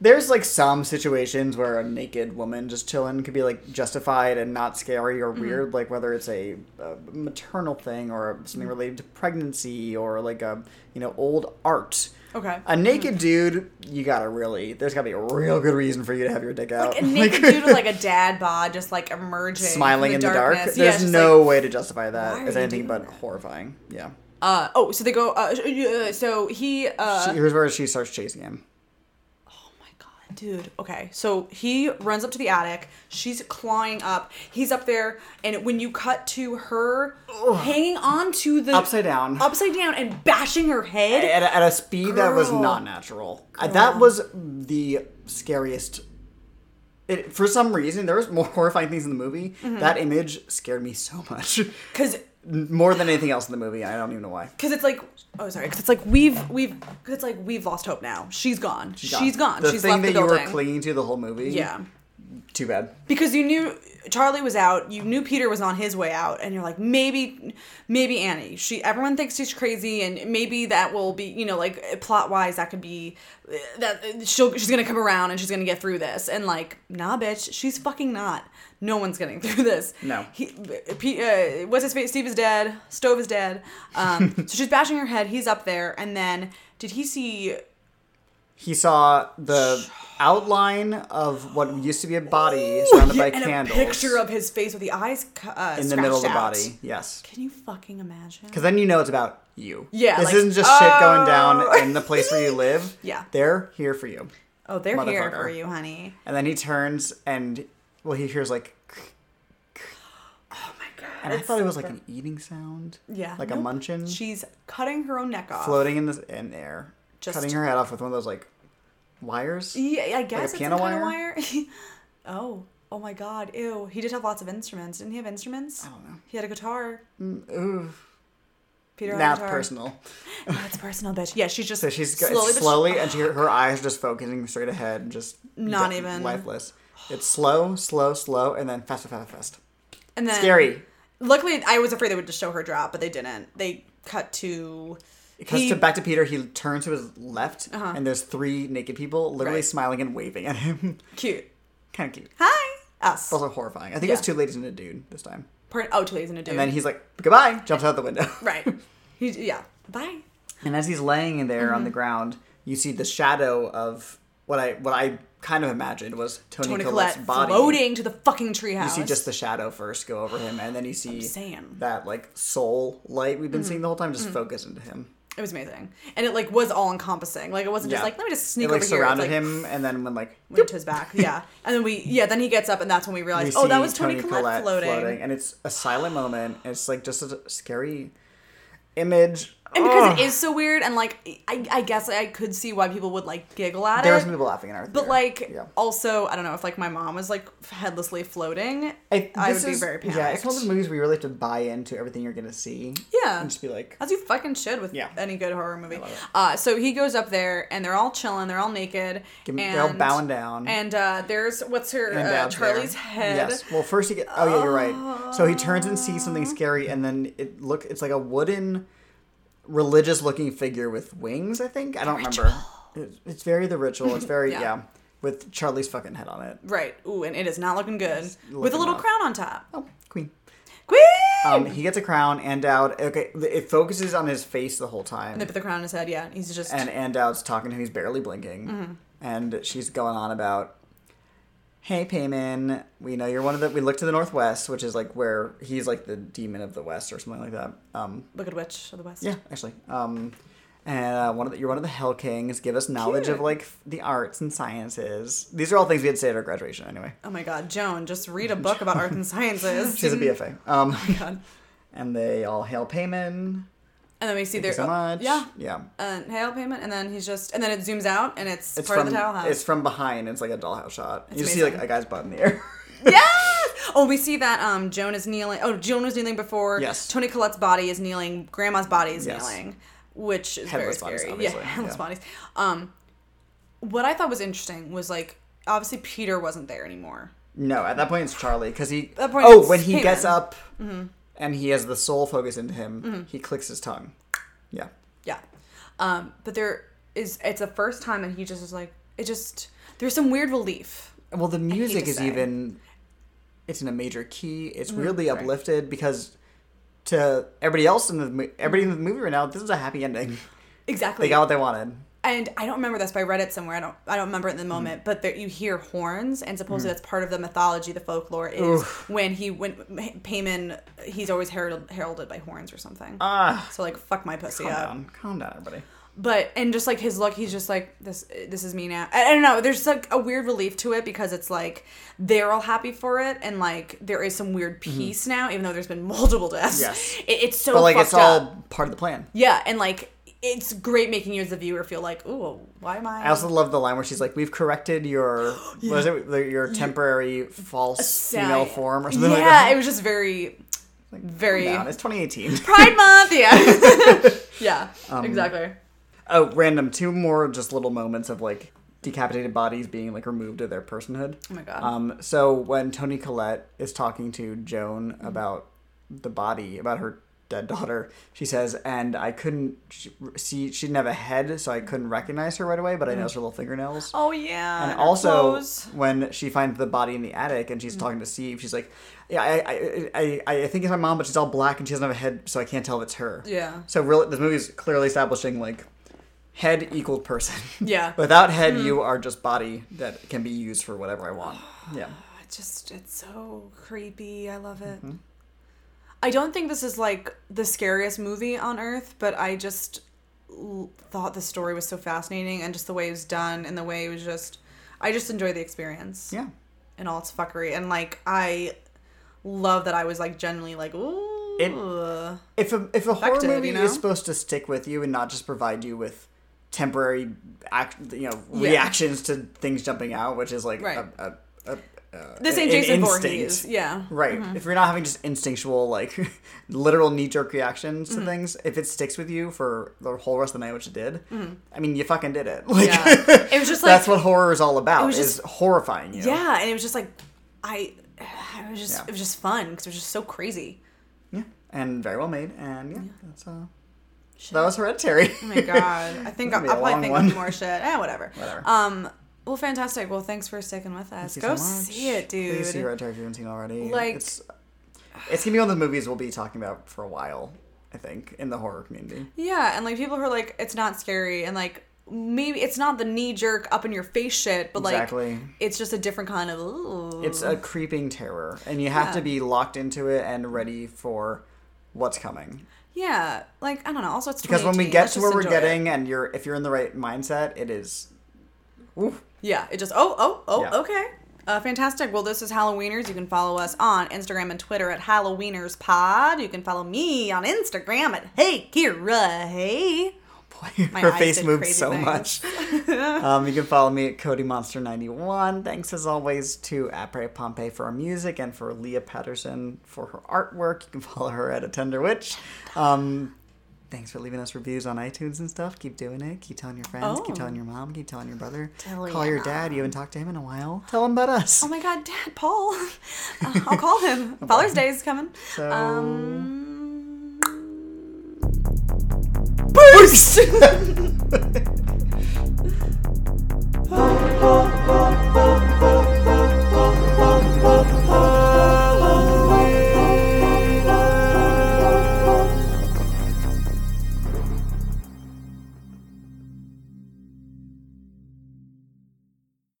there's like some situations where a naked woman just chilling could be like justified and not scary
Mm-hmm.
or weird like whether it's a, uh maternal thing or
Mm-hmm.
something related to pregnancy or like a you know old art
Okay.
a
Mm-hmm.
naked dude you gotta really there's gotta be a real good reason for you to have your dick out
like a naked dude with like a dad bod just like emerging
smiling in the, dark
darkness. Yeah,
there's
just,
no
like-
way to justify
why are
that as
you
anything
doing
but
that?
horrifying yeah
uh oh so they go uh, sh- uh, so he uh
She- here's where she starts chasing him
oh my god dude okay so he runs up to the attic she's clawing up he's up there and when you cut to her hanging on to the
Upside down.
upside down and bashing her head
at a, at a speed that was
Girl.
not natural. Uh, That was the scariest. It, for some reason, there was more horrifying things in the movie.
Mm-hmm.
That image scared me so much,
because
more than anything else in the movie. I don't even know why.
because it's like oh sorry because it's like we've we've 'cause it's like we've lost hope now she's gone she's gone she's,
The thing
left
that
the building
you were clinging to the whole movie.
yeah
Too bad.
because you knew Charlie was out, you knew Peter was on his way out, and you're like, maybe, maybe Annie. She, everyone thinks she's crazy, and maybe that will be, you know, like plot wise, that could be uh, that she'll she's gonna come around and she's gonna get through this, and like, nah, bitch, she's fucking not. No one's getting through this.
No.
He, P, uh, what's his face? Steve is dead. Stove is dead. Um, so she's bashing her head. He's up there, and then did he see?
He saw the outline of what used to be a body surrounded by
and
candles
a picture of his face with the eyes cu- uh,
in the middle of the
scratched out.
body. Yes.
Can you fucking imagine?
Because then you know it's about you.
Yeah,
This
like, oh.
isn't just shit going down in the place where you live.
Yeah.
They're here for you.
Oh, they're here for
Motherfucker.
you, honey.
And then he turns and well, he hears like. Oh my god! And I thought it was like an eating sound.
Yeah.
Like a
Nope.
munchin,
She's cutting her own neck off.
floating in the in the air,
Just-
cutting her head off with one of those like wires.
Yeah, I guess it's
piano
some kind of wire. oh, oh my God! Ew. He did have lots of instruments. Didn't he have instruments? I
don't know.
He had a guitar.
Ooh,
Peter had a
now it's
guitar. Oh,
personal.
That's personal, bitch. Yeah, she's just
So she's go-
slowly,
slowly,
but
and she, her eyes are just focusing straight ahead, and just
Not
d-
even-
lifeless. It's slow, slow, slow, and then faster, faster, fast.
and then
Scary.
Luckily, I was afraid they would just show her drop, but they didn't. They cut to.
It cuts
he- Uh-huh.
to back to Peter. He turns to his left, and there's three naked people literally
Right.
smiling and waving at him.
cute.
kind of cute.
Hi. Us.
Also horrifying. I think it was
Yeah.
two ladies and a dude this time.
Per- oh, Tilly's in a dude.
And then he's like, goodbye, jumps out the window.
right. He, yeah. Bye.
And as he's laying in there
Mm-hmm.
on the ground, you see the shadow of what I what I kind of imagined was Tony,
Tony
Collette's
Collette
body.
floating to the fucking treehouse.
You see just the shadow first go over him, and then you see
saying. Mm-hmm.
that like soul light we've been seeing the whole time just focus into him.
It was amazing, and it like was all encompassing. Like it wasn't just
Yeah.
like let me just sneak
it, like
over
surrounded
here. It was, like,
him, and then when like
Went to his back, yeah, and then we, yeah, then he gets up, and that's when we
you
realize, oh, that
see
was Tony, Collette, floating.
and it's a silent moment. and it's like just a scary image.
And because
Ugh.
it is so weird, and like I, I guess I could see why people would like giggle at
there
it.
were some people laughing in our
but
theater.
like,
yeah.
also, I don't know if like my mom was like headlessly floating,
I,
I, would
this
be
is-
very panicked.
Yeah, it's one of the movies where you really have to buy into everything you're gonna see.
Yeah. Uh,
and just be like,
As you fucking should with
Yeah.
any good horror movie.
love it.
Uh, so he goes up there, and they're all chilling, they're all naked,
Give 'em-
and
they're all bowing down.
And uh, there's what's her
and
uh,
Dad's there.
Charlie's head.
Yes. Well, first he get. Oh yeah, you're right. So he turns and sees something
Uh-huh.
scary, and then it look. It's like a wooden, religious-looking figure with wings. I think I don't remember. It- It's very the ritual. It's very yeah.
Yeah.
with Charlie's fucking head on it.
Right. Ooh, and it is not looking good. with a
looking
little
rough.
crown on top.
Oh, queen.
Queen!
Um, he gets a crown. Andoud. Okay, it focuses on his face the whole time.
they put the crown on his head, yeah. He's just.
and Andout's talking to him. He's barely blinking,
Mm-hmm.
and she's going on about, "Hey, Payman, we know you're one of the. We look to the northwest, which is like where he's like the demon of the west or something like that. Um,
Look at Witch of the West.
yeah, actually. Um, and uh, one of the, you're one of the Hell Kings. Give us knowledge of
Cute.
like f- the arts and sciences. These are all things we had to say at our graduation, anyway.
Oh my god, Joan, just read a book about arts and sciences. Oh
She's a BFA. Um,
God.
and they all hail Payman.
And then we see
Thank you
their.
so much.
Yeah.
yeah.
And hail payment, and then he's just. And then it zooms out, and it's,
It's
part
from
of the towel house.
it's from behind. It's like a dollhouse shot. you see like
amazing.
a guy's butt in the air.
Yes! Oh, we see that um, Joan is kneeling. Oh, Joan was kneeling before.
Yes.
Tony Collette's body is kneeling. Grandma's body is
Yes.
kneeling, which is
Headless
very
bodies,
scary.
obviously,
Yeah, headless
yeah.
bodies. Um, what I thought was interesting was like obviously Peter wasn't there anymore.
No, at that point it's Charlie because he.
that point
oh,
it's
when he
Payman.
gets up and he has the soul focus into him, he clicks his tongue. Yeah,
Yeah. Um, but there is. It's the first time, and he just is like it. Just there's some weird relief.
Well, the music
to
is
say.
even. It's in a major key. It's really uplifted because to everybody else in the mo- everybody in the movie right now, this is a happy ending.
Exactly.
They got what they wanted.
and I don't remember this, but I read it somewhere. I don't I don't remember it in
Mm.
the moment, but there, you hear horns, and supposedly that's part of the mythology, the folklore is when he when Payman he's always heralded, heralded by horns or something.
Ah,
so like fuck my pussy
calm
up.
down, calm down, everybody.
But and just like his look, he's just like this. This is me now. I, I don't know. There's like a weird relief to it because it's like they're all happy for it, and like there is some weird peace now, even though there's been multiple deaths.
Mm-hmm. Yes.
It, it's so
But like,
fucked
it's all
up.
part of the plan.
yeah, and like it's great making you as a viewer feel like, ooh, why am I?
I also love the line where she's like, "We've corrected your was it the- your temporary false female
Sally.
form or something
yeah,
like that."
it was just very,
Like, calm
very-
down, It's 2018.
Pride Month. Yeah, yeah,
Um,
exactly.
Oh, random. Two more just little moments of like decapitated bodies being like removed of their personhood.
Oh my god.
Um, so when Tony Collette is talking to Joan about the body, about her dead daughter, she says, "And I couldn't sh- see. She didn't have a head, so I couldn't recognize her right away. But I noticed her little fingernails."
oh yeah.
And
her
also,
clothes. Mm.
when she finds the body in the attic and she's talking to Steve, she's like, "Yeah, I, I, I, I think it's my mom, but she's all black and she doesn't have a head, so I can't tell if it's her."
Yeah.
So really, this movie is clearly establishing like head equal person.
Yeah. Mm-hmm.
Without head, you are just body that can be used for whatever I want. Yeah.
It just it's so creepy. I love it.
Mm-hmm.
I don't think this is like the scariest movie on earth, but I just l- thought the story was so fascinating and just the way it was done and the way it was just I just enjoy the experience.
Yeah.
And all its fuckery and like I love that I was like genuinely like ooh.
If a if a
Affected,
horror movie
you know?
is supposed to stick with you and not just provide you with temporary act, you know,
Yeah.
reactions to things jumping out, which is like
Right.
a, a, a, a
this ain't
an
Jason
instinct.
Voorhees. Yeah.
Right. If you're not having just instinctual, like literal knee jerk reactions
Mm-hmm.
to things, if it sticks with you for the whole rest of the night, which it did, I mean, you fucking did it. Like,
Mm-hmm. Yeah. It was just like
that's what horror is all about.
was
is horrifying you.
Yeah, and it was just like I it was just
Yeah.
it was just fun because it was just so crazy.
Yeah. And very well made. And yeah, that's uh,
Shit.
that was hereditary.
Oh my god. I think
That'll
I'll, I'll
be a long
probably think
one.
of more shit. Eh, whatever.
Whatever.
Um Well, fantastic. Well, thanks for sticking with us.
Thank you
Go
so much.
see it, dude.
Please see Red Tag if you haven't seen it already.
Like-
it's, it's gonna be one of the movies we'll be talking about for a while. I think in the horror community.
Yeah, and like people who are like, it's not scary, and like maybe it's not the knee jerk up in your face shit, but like
Exactly.
it's just a different kind of. Ooh.
It's a creeping terror, and you have
Mm-hmm. Yeah.
to be locked into it and ready for what's coming.
yeah, like I don't know. Also, it's
Because when we
2018,
get
let's
to
just
where we're
enjoy
getting, and you're if you're in the right mindset, it is. Oof.
it. yeah, it just oh oh oh
Yeah.
okay. Uh, fantastic. Well, this is Halloweeners. You can follow us on Instagram and Twitter at Halloweeners Pod. You can follow me on Instagram at Hey Kira. Hey.
Boy,
My
her
eyes
face
did
moved
crazy
so
things.
much. um, you can follow me at CodyMonster91. Thanks as always to Apre Pompey for our music and for Leah Patterson for her artwork. You can follow her at A Tender Witch. Um, thanks for leaving us reviews on iTunes and stuff. Keep doing it. Keep telling your friends.
Oh.
Keep telling your mom. Keep telling your brother.
Tell
Call
your
your dad. You haven't talked to him in a while. Tell him about us.
Oh my God, Dad, Paul. Uh, I'll call him. Father's Day is coming.
So-
Um,
Peace!